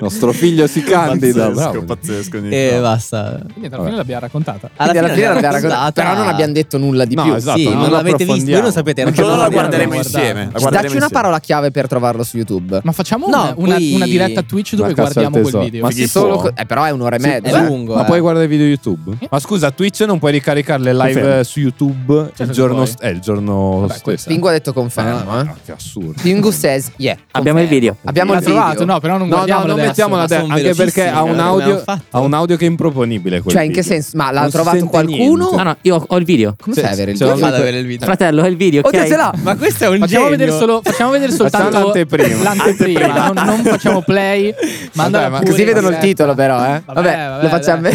nostro figlio si candida. bravo. pazzesco. e basta. Quindi alla fine l'abbiamo raccontata. Alla Quindi alla fine l'abbiamo raccontata. raccontata, però non abbiamo detto nulla di No, più. esatto, Sì, non non l'avete visto, voi non sapete, Ma ragazzi, non non la l'abbiamo guarderemo guardata. insieme. La guarderemo Dacci una insieme. parola chiave per trovarlo su YouTube. Ma facciamo No, una, una- poi- una diretta Twitch dove Ma cazzo guardiamo al quel tesoro. video. Ma si può? eh, però è un'ora e Sì, mezza. eh. È lungo, Ma eh. puoi guardare i video YouTube? Ma scusa, Twitch non puoi ricaricare le live Confermo. eh, su YouTube Cioè, il non giorno, puoi. st- eh, il giorno stesso. Ah, Pingu ha detto confermo. eh. Che assurdo. Pingu says yeah. Abbiamo il video. Abbiamo L'ha il video. trovato, no, però non No, no, non mettiamola adesso, anche perché ha eh, un, audio, ha un audio che è improponibile. quel Cioè, in che video. senso? Ma l'ha Non si trovato sente qualcuno? niente. Ah, no, io ho, il video. Come Sì, sai avere il sì, video? sì, Vado ad avere il video. Fratello, ho il video. Oddio, ok? ce l'ha, ma questo è un Facciamo genio. vedere, solo, facciamo vedere Facciamo soltanto l'anteprima. l'anteprima, non, non facciamo play. Mandala ma pure, così vedono il Giuseppe. titolo, però, eh. Vabbè, lo facciamo Ah,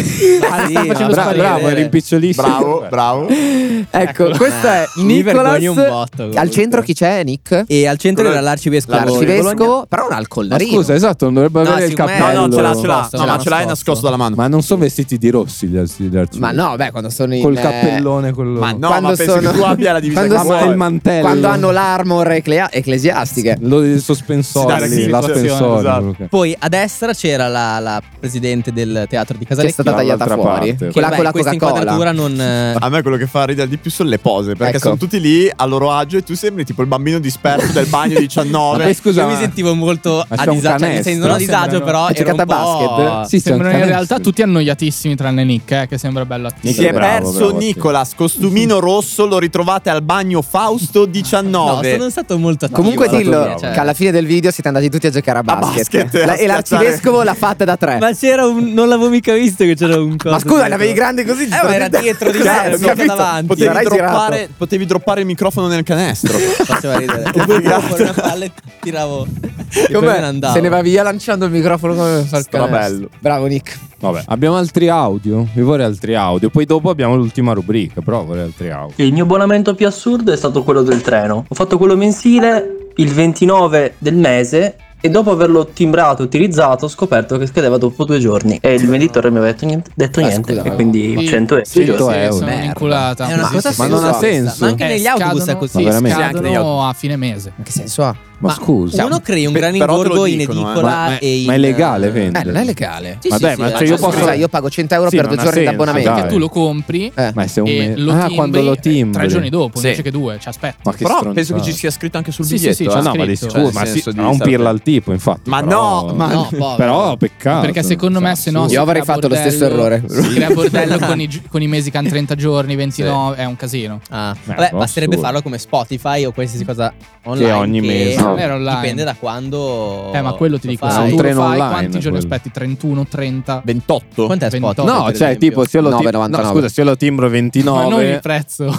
sta facendo Bra- sparire. bravo, era impicciolissimo. Bravo, bravo. Ecco, questo è Mi vergogno un Nicolas. botto. Al centro chi c'è, Nick? E al centro era l'arcivescovo. di Bologna. L'arcivescovo, però un Ma alcollarino. scusa, esatto, non dovrebbe No, avere il siccome- cappello. No, no, ce l'ha, ce l'ha. No, ma ce l'hai nascosto dalla mano. Ma non sono vestiti di rossi gli arci- gli arci- Ma no, beh, quando sono in Col eh, cappellone quello. Ma no, ma penso che tu abbia la divisa quando che vuoi. sono- il mantello. Quando hanno l'armor ecclea- ecclesiastiche. Lo il sospensore, Sì, dai, lì, sì, l'aspensore, esatto. quello che- Poi a destra c'era la, la presidente del teatro di Casalecchio. Che è stata tagliata Dall'altra fuori. parte. Quella Che, con beh, la questa Coca-Cola. Ah, inquadratura non... eh, A me quello che fa ridere di più sono le pose, perché Ecco. sono tutti lì a loro agio e tu sembri tipo il bambino disperso del bagno 19. Vabbè, io mi sentivo molto Ma a c'è un disagio, cioè, mi canestro? sento non a disagio, Sembrano- però Ha era un giocato a po'... eh, basket? cioè, Sì, c'è un Sembrano in canestro. realtà tutti annoiatissimi, tranne Nick, eh, che sembra bello attivo. Si è perso Nicolas, costumino rosso, lo ritrovate al bagno Fausto 19. No, sono stato molto attivo. Comunque Bravo, dillo cioè. bravo. che alla fine del video siete andati tutti a giocare a basket. basket, La- a e l'arcivescovo l'ha fatta da tre. cioè, Ma c'era un... non l'avevo mica visto che c'era un coso Ma scusa, dentro. ne avevi grandi così? Cioè, Eh, ma era dietro di me, non mica davanti. Potevi L'avrai droppare, girato. potevi droppare il microfono nel canestro. Faceva ridere. Oppure tiravo fuori una palla e tiravo... e poi me ne Com'è? andavo. Se ne va via lanciando il microfono come fa il canestro. bello. Bravo Nick. Vabbè, abbiamo altri audio. Io vorrei altri audio. Poi dopo abbiamo l'ultima rubrica, però vorrei altri audio. Il mio abbonamento più assurdo è stato quello del treno. Ho fatto quello mensile il 29 del mese e dopo averlo timbrato e utilizzato ho scoperto che scadeva dopo due giorni. E il venditore mi aveva detto niente, detto Ah, niente e quindi 100 euro. Sono vinculata. È una Sì, cosa sì, sì, senza sì. senso. Ma Eh, anche negli autobus è Eh, scadono- così. sì, Ma veramente? Anche negli scadono a fine mese. Che senso ha? Ma, scusa, uno crei un Pe- gran però te lo ingorgo in dicono, eh. edicola Ma- ma- e in... ma è legale Eh, vendere? non è legale. Sì, Ma sì, dai, sì, ma ma cioè io scusa, posso. Scusa, io pago 100 euro Sì, per non due ha giorni senso, d'abbonamento. dai. Che tu lo compri Ma se un e me- Eh, lo Ah, timbri quando lo tre timbri. giorni dopo, Sì. invece che due. Ci aspetta. Ma che Però stronzata. penso che ci sia scritto anche sul Sì, sì, biglietto. sì, eh. c'è Ah, no, ma di scritto. sicuro, Cioè, ma nel sì, senso di ha un sapere. pirla al tipo, infatti. Ma però- no, ma no, povero. però peccato. Perché secondo me, se no. Io si avrei crea fatto lo stesso bordello- errore. Si crea bordello con i, gi- con i mesi che hanno 30 giorni, 29. È un casino. Ah, Beh, vabbè, no, basterebbe assurdo. farlo come Spotify o qualsiasi cosa online. Che ogni mese. Non Non era online. Dipende da quando. Eh, ma quello ti dico. lo se fai. tu lo fai, Quanti giorni aspetti? 31, 30. 28. Quanto è Spotify? No, No, per cioè, esempio. tipo, se io lo, tim- 9,99. no, scusa, se io lo timbro Ma 29. non il prezzo.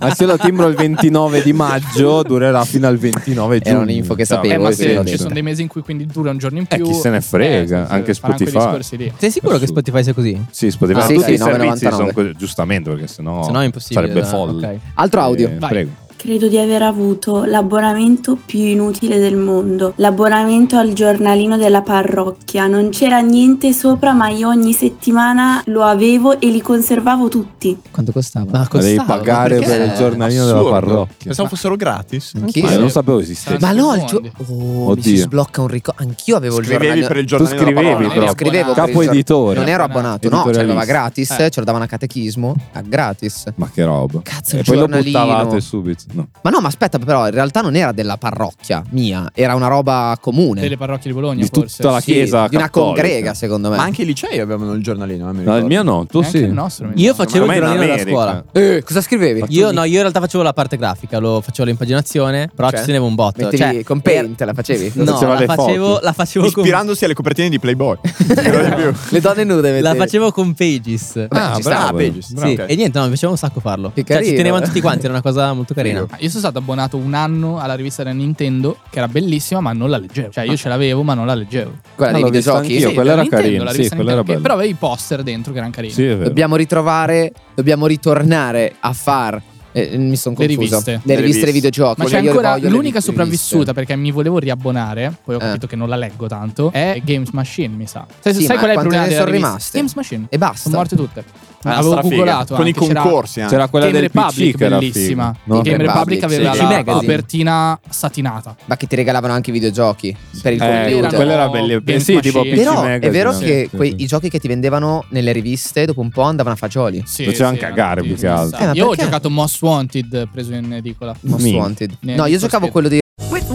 Ma se lo timbro il 29 di maggio durerà fino al 29 giugno. Era un'info che Cioè, sapevo, Eh, ma voi se siete- ci sono dei mesi in cui quindi dura un giorno in Eh, più. chi se ne frega, anche faranno quei Spotify. discorsi lì. Sei sicuro che Spotify sia così? Sì, Spotify. Ah, sì, tutti sì, i servizi 9,99. sono così, giustamente, perché sennò, Sennò è impossibile, sarebbe no? folle. Ok. Altro Eh, audio. prego. Credo di aver avuto l'abbonamento più inutile del mondo, l'abbonamento al giornalino della parrocchia. Non c'era niente sopra, ma io ogni settimana lo avevo e li conservavo tutti. Quanto costava? Devi pagare per il giornalino della parrocchia. Pensavo fossero gratis. Ma io non sapevo esistesse. Ma no, il gio- oh, mi si Oddio. sblocca un ricordo. Anch'io avevo il Scrivevi giornalino. per il giornale Tu scrivevi No, proprio. io scrivevo per il Capo gior- editore. Non ero abbonato, no, Editorialista. c'era gratis, Eh. ce lo davano a catechismo, a gratis. Ma che roba. Cazzo, e il poi lo giornalino. buttavate subito. Ma no, ma aspetta, però in realtà non era della parrocchia mia, era una roba comune. Delle parrocchie di Bologna, Di forse. tutta la chiesa Sì, di una cattolica. congrega, secondo me. Ma anche i licei avevano il giornalino. eh, No, mi il ricordo. mio no, tu sì. Io facevo il Ormai in giornalino della America. scuola. Eh, cosa scrivevi? Io no, io in realtà facevo la parte grafica, lo facevo l'impaginazione, però Cioè? ci tenevo un botto. Mettevi cioè, con Paint, la facevi? No, Faceva la le foto. facevo, la facevo con- Ispirandosi alle copertine di Playboy. Le donne nude. La mettevi. facevo con Pages. Ah, ci sta. bravo. Ah, Pages, Sì, bravo, ok. E niente, no, mi piaceva un sacco farlo. Che Cioè, ci carino, tenevano eh. tutti quanti, era una cosa molto carina. Ah, Io sono stato abbonato un anno alla rivista della Nintendo, che era bellissima, ma non la leggevo. Cioè, io ce l'avevo, ma non la leggevo. Quella dei No, l'ho vista videogiochi? anch'io, Sì, quella della era Nintendo, carina. la Sì, rivista quella era Nintendo, che bella. Però avevi i poster dentro che erano carini. Dobbiamo ritrovare, dobbiamo ritornare a far. eh, mi sono Le confuso. riviste. Le riviste dei videogiochi. Ma c'è Io le ancora voglio le l'unica riviste. sopravvissuta perché mi volevo riabbonare. Poi ho capito che non la leggo tanto. È Games Machine, mi sa. Sai, Eh. Sì, sai ma qual è quante il problema? ne della sono rivista? rimaste? Games Machine. E basta. Sono morte tutte. Ah, avevo strafiga. googolato Con i anche, c'era- concorsi anche. C'era Ah, quella Game del PC Republic, che era bellissima. figa. No? Game Game Republic Republic, aveva sì. la Magazine. copertina satinata. Ma che ti regalavano anche i videogiochi per il Eh, computer. quello era bello. Games Sì, tipo Machine. PC Però è Magazine, vero sì, che sì, quei- i giochi che ti vendevano nelle riviste dopo un po' andavano a fagioli. Sì, Facevano sì, cagare più che altro. Eh, ma Io ho perché? giocato Most Wanted preso in edicola. Most Minchia. Wanted. No, io giocavo quello di With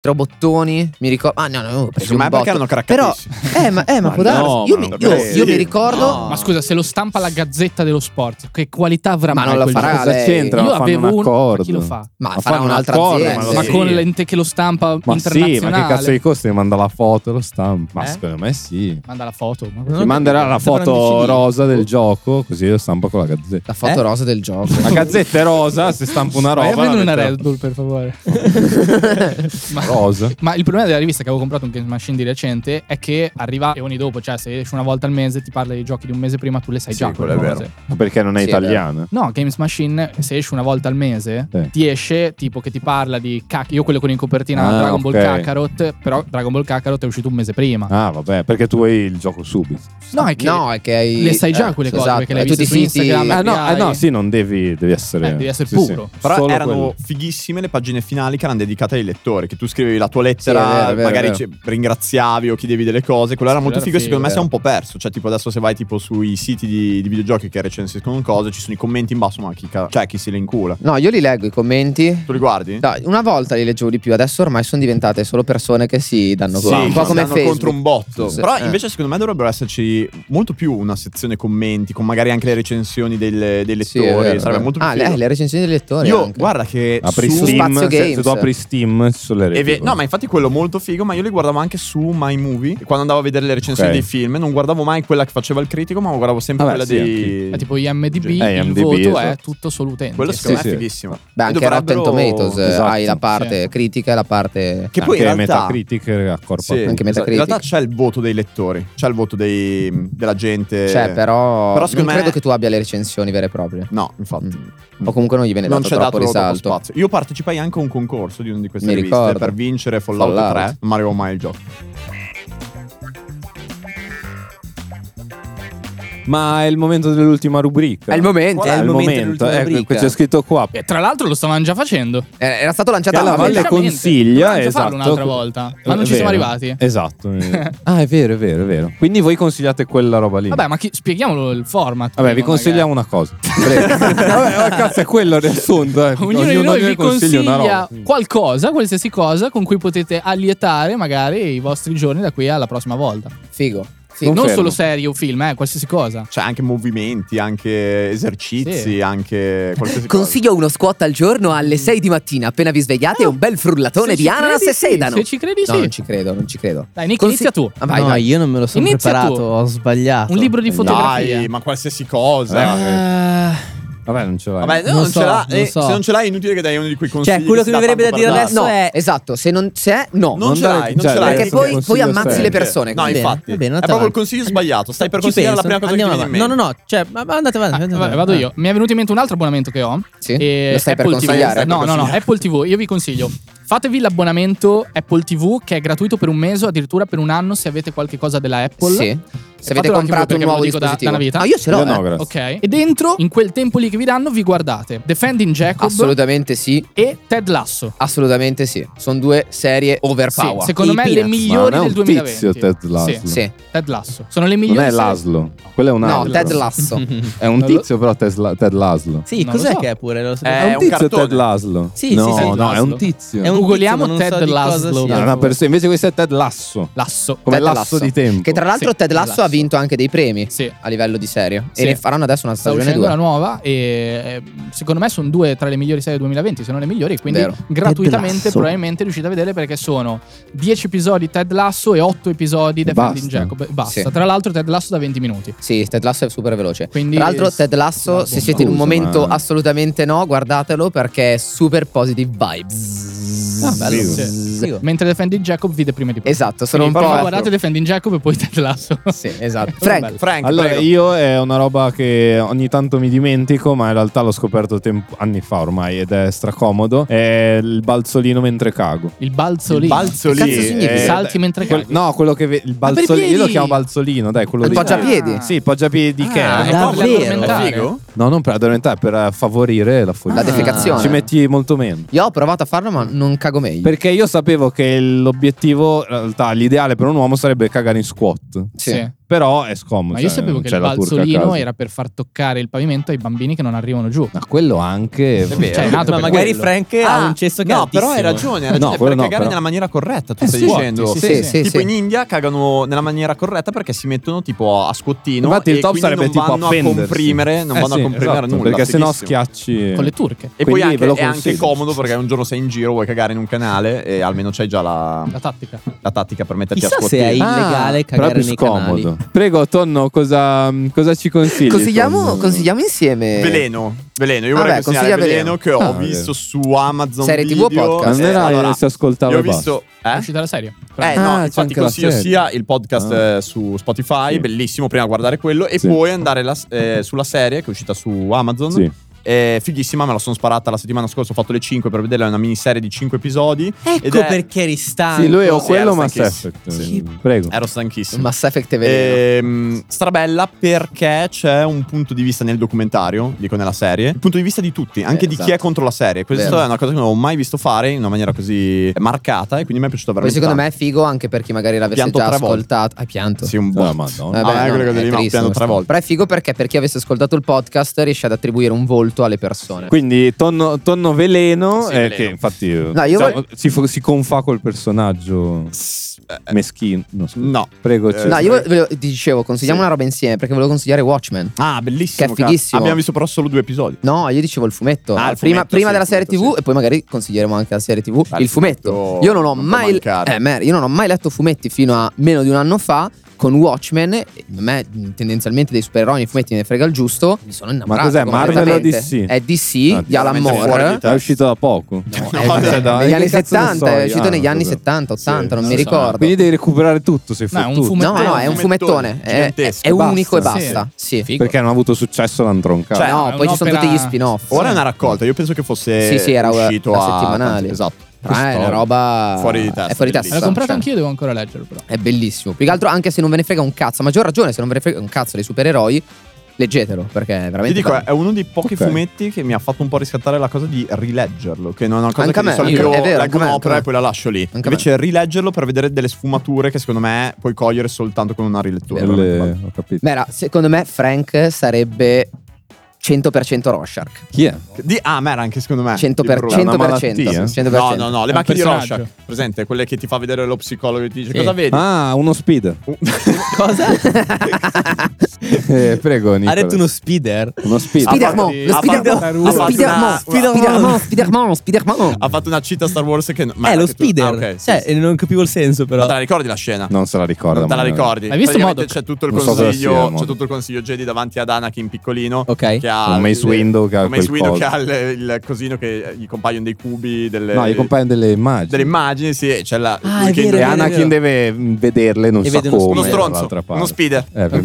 Robottoni, mi ricordo. Ah, no, no, ho preso Ma un perché botto. erano Però, eh, ma, eh, ma, può darsi. no, io ma mi, non io- credo. io mi ricordo. Ma scusa, se lo stampa la Gazzetta dello Sport, che qualità avrà Ma mai non lo quel farà gioco? lei. c'entra? Io Fanno avevo un un- accordo. Ma chi lo fa? Ma Ma farà fanno un un'altra accordo, azienda. ma lo Ma sì. con l'ente che lo stampa Ma sì, ma internazionale. che cazzo di costi? Manda la foto, lo stampa. Ma Eh? secondo me sì. Manda la foto. ma- Ti manderà la foto Sembra un rosa del gioco, così lo stampa con la gazzetta. La Eh? foto rosa del gioco. La gazzetta è rosa, se stampa una Vai a roba. prendere la una mette- Red Bull, per favore. Rosa. Ma il problema della rivista che avevo comprato un Games Machine di recente è che arriva eoni dopo, cioè se esce una volta al mese ti parla dei giochi di un mese prima, tu le sai già. quelle cose. Ma perché non è Sì, è vero. italiana? No, Games Machine, se esce una volta al mese, Sì. ti esce tipo che ti parla di cac- Io quello con in copertina Ah, Dragon Ball ok. Kakarot, però Dragon Ball Kakarot è uscito un mese prima. Ah, vabbè, perché tu hai il gioco subito. No, è che, No, è che hai- le sai già eh, quelle cose, esatto, perché le hai tutti viste su i siti- Instagram. Ah, le no, eh, hai- no, sì, non devi, devi essere. Eh, devi essere sì, puro. sì. Però Solo erano quello. fighissime le pagine finali che erano dedicate ai lettori, che tu scrivevi la tua lettera, Sì, è vero, è vero, magari è vero. ci- ringraziavi o chiedevi delle cose, quello era Sì, molto era figo e secondo figo, me si è vero. un po' perso, cioè tipo adesso se vai tipo sui siti di, di videogiochi che recensiscono cose, ci sono i commenti in basso, ma chi, ca- cioè, chi se le incula. No, io li leggo i commenti. Tu li guardi? No, una volta li leggevo di più, adesso ormai sono diventate solo persone che si danno Sì, contro. Un po' che come stanno Facebook. contro un botto. Sì, Però eh. invece secondo me dovrebbero esserci molto più una sezione commenti con magari anche le recensioni delle- dei Sì, è vero, lettori, è sarebbe vero. molto più Ah, figo. le, le recensioni dei lettori. Io anche. Ah, guarda che Eh, Apri su Steam, Spazio se, se Games- tu apri Steam sulle E reti. ve- no, ma infatti quello molto figo, ma io li guardavo anche su My Movie. E Quando andavo a vedere le recensioni Ok. dei film, non guardavo mai quella che faceva il critico, ma guardavo sempre Vabbè, quella sì, dei. È tipo IMDB, Eh, il IMDb, voto è esatto. tutto solo utente. Quello secondo me è fighissimo. Beh, E anche dovrebbero- Rotten Tomatoes eh, Esatto. hai la parte critica e la parte. Che poi in realtà- a Sì, anche esatto. In Metacritic. realtà c'è il voto dei lettori, c'è il voto dei- della gente. Cioè, però, Eh. Però non secondo me credo che tu abbia le recensioni vere e proprie. No, infatti. O comunque non gli viene non dato c'è troppo dato loro risalto. troppo spazio. Io partecipai anche a un concorso di una di queste Mi riviste ricordo. per vincere Fallout, Fallout. 3. Non arrivò mai il gioco. Ma è il momento dell'ultima rubrica. È il momento, Qual è il momento dell'ultima Ecco, rubrica. c'è scritto qua. E tra l'altro lo stavano già facendo. Eh, Era stato Che la Valle consiglia, Dovevamo già esatto. farlo un'altra volta, ma non È ci siamo vero. arrivati. Esatto. ah, è vero, è vero, è vero. Quindi voi consigliate quella roba lì. Vabbè, ma chi- spieghiamolo il format. Vabbè, vi prima, consigliamo una cosa. Prego. Vabbè, ma cazzo, è quello del riassunto. eh. magari. Ognuno di Ognuno noi di vi consiglia una roba. Mm. consiglia qualcosa, qualsiasi cosa, con cui potete allietare magari i vostri giorni da qui alla prossima volta. Figo. Non Confermo. solo serie o film, eh, qualsiasi cosa. Cioè, anche movimenti, anche esercizi, Sì. anche qualsiasi cosa. Consiglio uno squat al giorno alle 6 di mattina. Appena vi svegliate, un bel frullatone Ah. se di ci ananas credi, e sì. sedano. Se ci credi, No, sì. non ci credo, non ci credo. Dai, Nick, Consi- inizia tu. Ah, vai, no, vai. io non me lo sono Inizia preparato, tu. ho sbagliato. Un libro di Sbagliato. fotografia. Eh. Dai, ma qualsiasi cosa. Ah, Eh, Vabbè, non ce l'hai. Vabbè, no, non, ce l'ha. Eh, Se non ce l'hai, è inutile che dai uno di quei consigli. Cioè, quello si che mi dà verrebbe da tanto dire per adesso dare. è. Esatto, se non c'è, no. Non, ce l'hai, non ce l'hai. Perché poi, poi ammazzi le persone. No, va bene. infatti. Va bene, è andate proprio il avanti. consiglio sbagliato. Stai per Ci consigliare la prima penso, cosa che ti viene in mente. no, cioè, ma andate Ah, avanti. vado io. Mi è venuto in mente un altro abbonamento che ho. eh, Sì. E Lo stai per Apple consigliare? Stai per TV. No, no, no, consigliare. Apple TV, io vi consiglio. Fatevi l'abbonamento Apple TV che è gratuito per un mese, o addirittura per un anno se avete qualche cosa della Apple. Sì. Se avete Fatelo anche voi, comprato un perché ve lo nuovo dico da- dispositivo. da una vita. No, io ce l'ho. Io eh. no, grazie. Ok. E dentro, in quel tempo lì che vi danno, vi guardate Defending Jacob. Assolutamente sì. E Ted Lasso. Assolutamente sì. Sono due serie overpower. Sì, secondo I me le Peanuts. migliori Ma non è del un 2020. Tizio Ted Lasso. Sì. Sì. Ted Lasso. Sono le migliori. Non è serie- Laszlo. Quello è un No, altro. Ted Lasso. è un Non lo- tizio, però, Ted La- Ted Laszlo. Sì, Non lo cos'è so. che è pure? Lo so- Eh, È un tizio Ted Laszlo. Sì, sì, no, sì, No, è Laszlo. un tizio. È un tizio, ma Googoliamo non Ted so di cosa Laszlo. sia. No, è una persona- invece questo è Ted Lasso. Lasso. Come Ted lasso, di tempo. Che tra l'altro Sì, Ted Lasso, Lasso. ha vinto anche dei premi a livello di serie. Sì. E ne faranno adesso una Sta stagione uscendo 2. la nuova e eh, secondo me sono due tra le migliori serie 2020, se non le migliori, quindi Vero. Ted gratuitamente Lasso. probabilmente riuscite a vedere perché sono 10 episodi Ted Lasso e 8 episodi Defending Basta. Jacob. Basta. Sì. Tra l'altro Ted Lasso da 20 minuti. Sì, Ted Lasso è super veloce. Quindi- Tra l'altro, Ted Lasso, se siete in un Scusa, momento ma- assolutamente no, guardatelo perché è super positive vibes. Ah, bello. Sì. Mentre Defending Jacob vide prima di Esatto, sono Quindi un po'. prima guardate Defending Jacob e poi Ted Lasso. Sì, esatto. allora io è una roba che ogni tanto mi dimentico, ma in realtà l'ho scoperto tempo- anni fa ormai ed è stracomodo. È il balzolino mentre cago. Il balzolino. Il balzolino. Che cazzo significa? Eh, Salti dai. mentre Quel- caghi. no, quello che ve- il per i balzolino. Io lo piedi? chiamo balzolino, dai, quello Il lì. poggiapiedi? Sì, il poggiapiedi di Ah, Ken. davvero? Per addormentare? No, non per addormentare, per eh, favorire la follia. La defecazione. Ci metti molto meno. Io ho provato a farlo, ma non cago meglio. Perché io sapevo che l'obiettivo, in realtà, l'ideale per un uomo sarebbe cagare in squat. Sì. Però è scomodo. Ma io cioè, sapevo non che c'è il la turca a balzolino casa. Ah, era per far toccare il pavimento ai bambini che non arrivano giù. Ma quello anche. vero. Cioè, è nato Eh, Ma per magari quello. Frank Ah, ha un cesso che No, però hai ragione, hai ragione, per quello no, cagare però. nella maniera corretta, tu Eh, stai sì. dicendo. Sì, sì, sì, tipo sì. in India cagano nella maniera corretta perché si mettono tipo a scottino Infatti, e il top quindi sarebbe non tipo vanno a appendersi. comprimere, non Eh vanno sì, a comprimere esatto, nulla. Perché se no fighissimo. schiacci. Con le turche. E poi Quindi anche, ve lo è anche consiglio. comodo perché un giorno sei in giro, vuoi cagare in un canale e almeno c'hai già la, La tattica. la tattica per metterti Chissà a se scottino. è illegale cagare Ah, proprio nei scomodo. canali. Prego, Tonno, cosa, mm, cosa ci consigli? Consigliamo, Tonno? consigliamo insieme. Veleno, veleno, io Ah, vorrei beh, consigliare consiglia Veleno. veleno, che ho Ah, visto Veleno. su Amazon Serie TV Video. Eh, o podcast? Non era se ascoltavo Io ho e basta. visto È eh? uscita la serie. Eh no, Ah, c'è infatti Ah, anche la consiglio serie. sia il podcast Ah. eh, su Spotify, bellissimo, prima guardare quello, e poi andare la- eh, sulla serie che è uscita su Amazon. Sì. È fighissima, me la sono sparata la settimana scorsa, ho fatto le 5 per vederla, è una miniserie di 5 episodi. Ecco ed è- perché eri stanco. Sì, lui è o Sì, quello ero o Mass stanchissimo. Effect. Prego. Ero stanchissimo. Mass Effect è veleno. Ehm, strabella perché c'è un punto di vista nel documentario, dico nella serie, il punto di vista di tutti, anche Eh, di chi esatto. è contro la serie. Questa Vero. è una cosa che non ho mai visto fare in una maniera così marcata e quindi mi è piaciuta Poi veramente. secondo me tanto. è figo anche per chi magari l'avesse Pianto già tre volte. ascoltato. Hai pianto? Eh, Sì, un Ah, botto. madonna. Vabbè, no, quelle cose è lì, no, triste, piano tre questo. volte. Però è figo perché per chi avesse ascoltato il podcast riesce ad attribuire un volto alle persone. Eh, Quindi tonno, tonno veleno, Sì, eh, veleno. che infatti No, io diciamo, voglio- si, fo- si confà col personaggio Eh. meschino. No, scusa. prego. cioè- no, io ve- ve lo- ti dicevo, consigliamo Sì. una roba insieme perché volevo consigliare Watchmen. Ah, bellissimo. Che è cazzo. fighissimo. Abbiamo visto però solo due episodi. No, io dicevo il fumetto. Ah, il prima fumetto, prima sì, della il serie fumetto, TV e poi magari consiglieremo anche la serie TV. Ah, il il fumetto. fumetto Io non ho non può mai. mancare. eh, mer- io non ho mai letto fumetti fino a meno di un anno fa. Con Watchmen, e a me mh, tendenzialmente dei supereroi nei fumetti me ne frega il giusto. Mi sono innamorato. Ma cos'è, Marvel o completamente. DC? È DC Ah, di Alan veramente Moore. fuori di testa. È uscito da poco. Eh, cioè, dai, negli che anni cazzo ne 70, so è io? uscito Ah, negli anni vabbè. 70, 80, non mi so. ricordo. Quindi devi recuperare tutto sei No, è un fottuto. No, no, è un Fumettone, fumettone, è, gigantesco. è unico e Basta. basta. Sì. Cioè, Perché non ha avuto successo l'hanno troncato. Cioè, no, è poi ci sono un'opera- tutti gli spin-off. Ora è una raccolta, io penso che fosse Sì, sì, era uscito la a settimanale. Esatto. Ah, è una roba fuori di testa. È fuori di testa. bellissimo. L'ho comprato Cioè, anch'io, devo ancora leggerlo però. È bellissimo. Più che altro anche se non ve ne frega un cazzo, a maggior ragione se non ve ne frega un cazzo dei supereroi, leggetelo perché è veramente Ti dico, eh. bello. è uno dei pochi Ok. fumetti che mi ha fatto un po' riscattare la cosa di rileggerlo. Che non è una cosa Anche a che me, di solito io- io è vero, anche leggo a me, anche a un'opera me. e poi la lascio lì. Anche a Invece rileggerlo per vedere delle sfumature che secondo me puoi cogliere soltanto con una rilettura. Quelle- veramente bello. Ho capito. Beh, era- secondo me Frank sarebbe 100% Rorschach. Chi è? Di, ah, ma era anche secondo me. 100%, di Bruno. 100%, 100%. No, no, no, le È un macchine di personaggio. Rorschach. Presente, quelle che ti fa vedere lo psicologo e ti dice Sì. cosa vedi. Ah, uno speed. Eh, prego, Nicola. Ha detto uno speeder. Uno speed. Spider-Man, lo Ha Spider-Man, fatto- lo ha fatto Spider-Man, una- Spider-Man, Spider-Man, Spider-Man. Ha fatto una cita a Star Wars che. ma è era lo che tu- speeder. ah, ok, sì, cioè, sì. non capivo il senso, però. Ma te la ricordi la scena? Non se la ricorda. Non te la ma- ricordi? Hai visto Praticamente Modok? C'è tutto il Non so cosa consiglio, sia Modok. c'è tutto il consiglio Jedi davanti ad Anakin piccolino. Ok. Che ha ha Un Mace le- Window che ha un Mace quel Window coso. che ha le- il cosino che gli compaiono dei cubi delle, No, gli compaiono delle immagini. delle immagini sì e c'è la Ah, è che- vero, è vero, è deve mm, vederle, non E sa vede uno come. uno stronzo dall'altra parte. uno speeder Eh, per me un è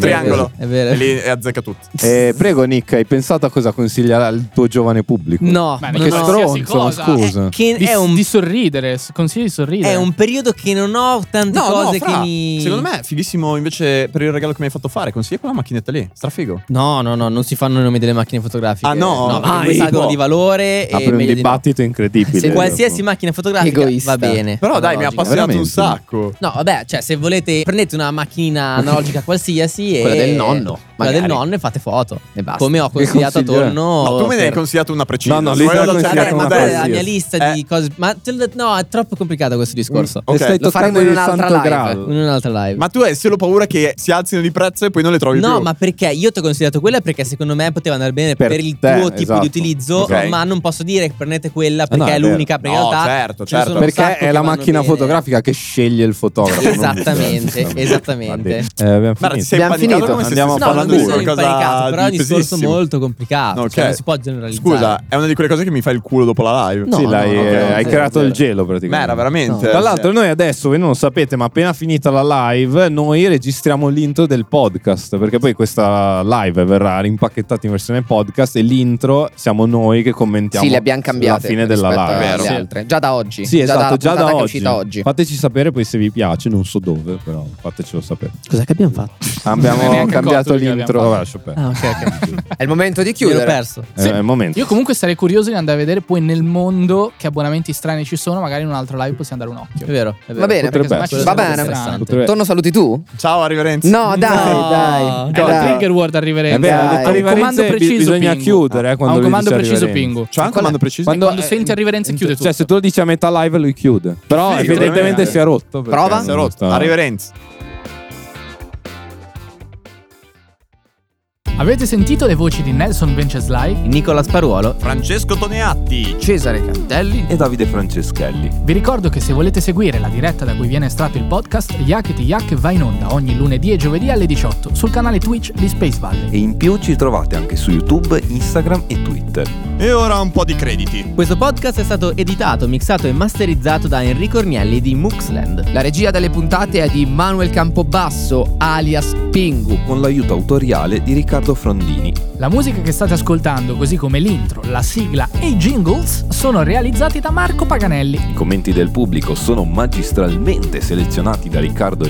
vero. triangolo è vero e lì e azzecca tutti Eh, prego, Nick, hai pensato a cosa consigliare al tuo giovane pubblico? No. ma Ma che no. stronzo, Eh, Qualsiasi ma cosa. scusa. Eh, che Di, è un- di sorridere, s- consigli di sorridere. È un periodo che non ho tante eh. No, no, cose fra, che mi. secondo me è fighissimo invece per il regalo che mi hai fatto fare. Consiglia quella macchinetta lì, strafigo. No, no, no, non si fanno i nomi delle macchine fotografiche. Ah, no? no perché Ah, queste tipo. salgono di valore. E Apre un meglio di no. dibattito incredibile. Se qualsiasi dopo. macchina fotografica va bene. Però dai, mi Analogica. ha appassionato un Veramente. sacco. No, vabbè, cioè, se volete, prendete una macchina analogica qualsiasi e. Quella del nonno, Quella magari. del nonno e fate foto. E basta. Come ho Che consigliato Cioè, consiglio è? attorno. No, tu me ne hai per- consigliato una precisa. No, no, Se lì vuoi te l'ho la consigliato cerco, una ma quella è precisa. la mia Eh, lista. lista di cose. Ma te lo- no, è troppo complicato questo discorso. Mm, ok. Stai Lo faremo toccando in il un'altra santo live. Esatto. graal. In un'altra live. Ma tu hai solo paura che si alzino di prezzo e poi non le trovi No, più. ma perché io ti ho consigliato quella perché secondo me poteva andare bene per, Per il te, tuo tipo esatto. di utilizzo, Ok. ma non posso dire che prendete quella perché no, è, è vero. l'unica. Perché No, in realtà certo, ce ne sono un Perché sacco è che la vanno macchina bene. fotografica che sceglie il fotografo. non Esattamente, viceversa. esattamente. Eh, abbiamo Guarda, finito. sei Abbiamo impanicato finito. come se Andiamo a stessi- no, parlare non mi sono di- impanicato. però è un discorso pesissimo. molto complicato, Ok. cioè non si può generalizzare. Scusa, è una di quelle cose che mi fa il culo dopo la live. sì, l'hai- eh, hai creato il gelo praticamente. Mera, veramente. Tra l'altro, noi adesso, voi non lo sapete, ma appena finita la live, noi registriamo l'intro del podcast. Perché poi questa live verrà rimpacchettata in versione podcast e l'intro siamo noi che commentiamo Sì, le abbiamo cambiate. alla fine della rispetto live. alle Sì. altre. Già da oggi. Sì, esatto, già puntata da che è oggi. uscita oggi. Fateci sapere poi se vi piace, non so dove, però fatecelo sapere. Cos'è che abbiamo fatto? Abbiamo Non mi è neanche cambiato accorto di che l'intro. abbiamo Vabbè, fatto. lascio perdere. Ah, ok, ok. È il momento di Mi ero chiudere. perso. Eh, È il momento. Io comunque sarei curioso di andare a vedere poi nel mondo che abbonamenti strani ci sono, magari in un'altra live possiamo dare un occhio. È vero, è vero. Va bene, Potrebbe essere. va Potrebbe. bene. Torno saluti tu? Ciao, arrivederci. No, dai, No. dai. È la dai. trigger word arriveremo. Eh beh, ha detto Ha un arrivarenze, comando bi- preciso. bisogna Pingu. chiudere, eh, Ha quando un lui comando dice preciso arriverenze. Pingu. C'è un comando preciso? Quando, eh, senti arriverenze chiude tutto. eh. Cioè, se tu lo dici a metà live, lui chiude. Però Sì, evidentemente veramente. si è rotto. perché Prova? non Si è rotto. sta- Arrivederci. Avete sentito le voci di Nelson Venceslai? Nicola Sparuolo. Francesco Toneatti. Cesare Cantelli. E Davide Franceschelli. Vi ricordo che se volete seguire la diretta da cui viene estratto il podcast, Yakety Yak va in onda ogni lunedì e giovedì alle 18 sul canale Twitch di Space Valley. E in più ci trovate anche su YouTube, Instagram e Twitter. E ora un po' di crediti. Questo podcast è stato editato, mixato e masterizzato da Enrico Ornielli di Muxland. La regia delle puntate è di Manuel Campobasso, alias Pingu. Con l'aiuto autoriale di Riccardo Frondini. La musica che state ascoltando, così come l'intro, la sigla e i jingles, sono realizzati da Marco Paganelli. I commenti del pubblico sono magistralmente selezionati da Riccardo e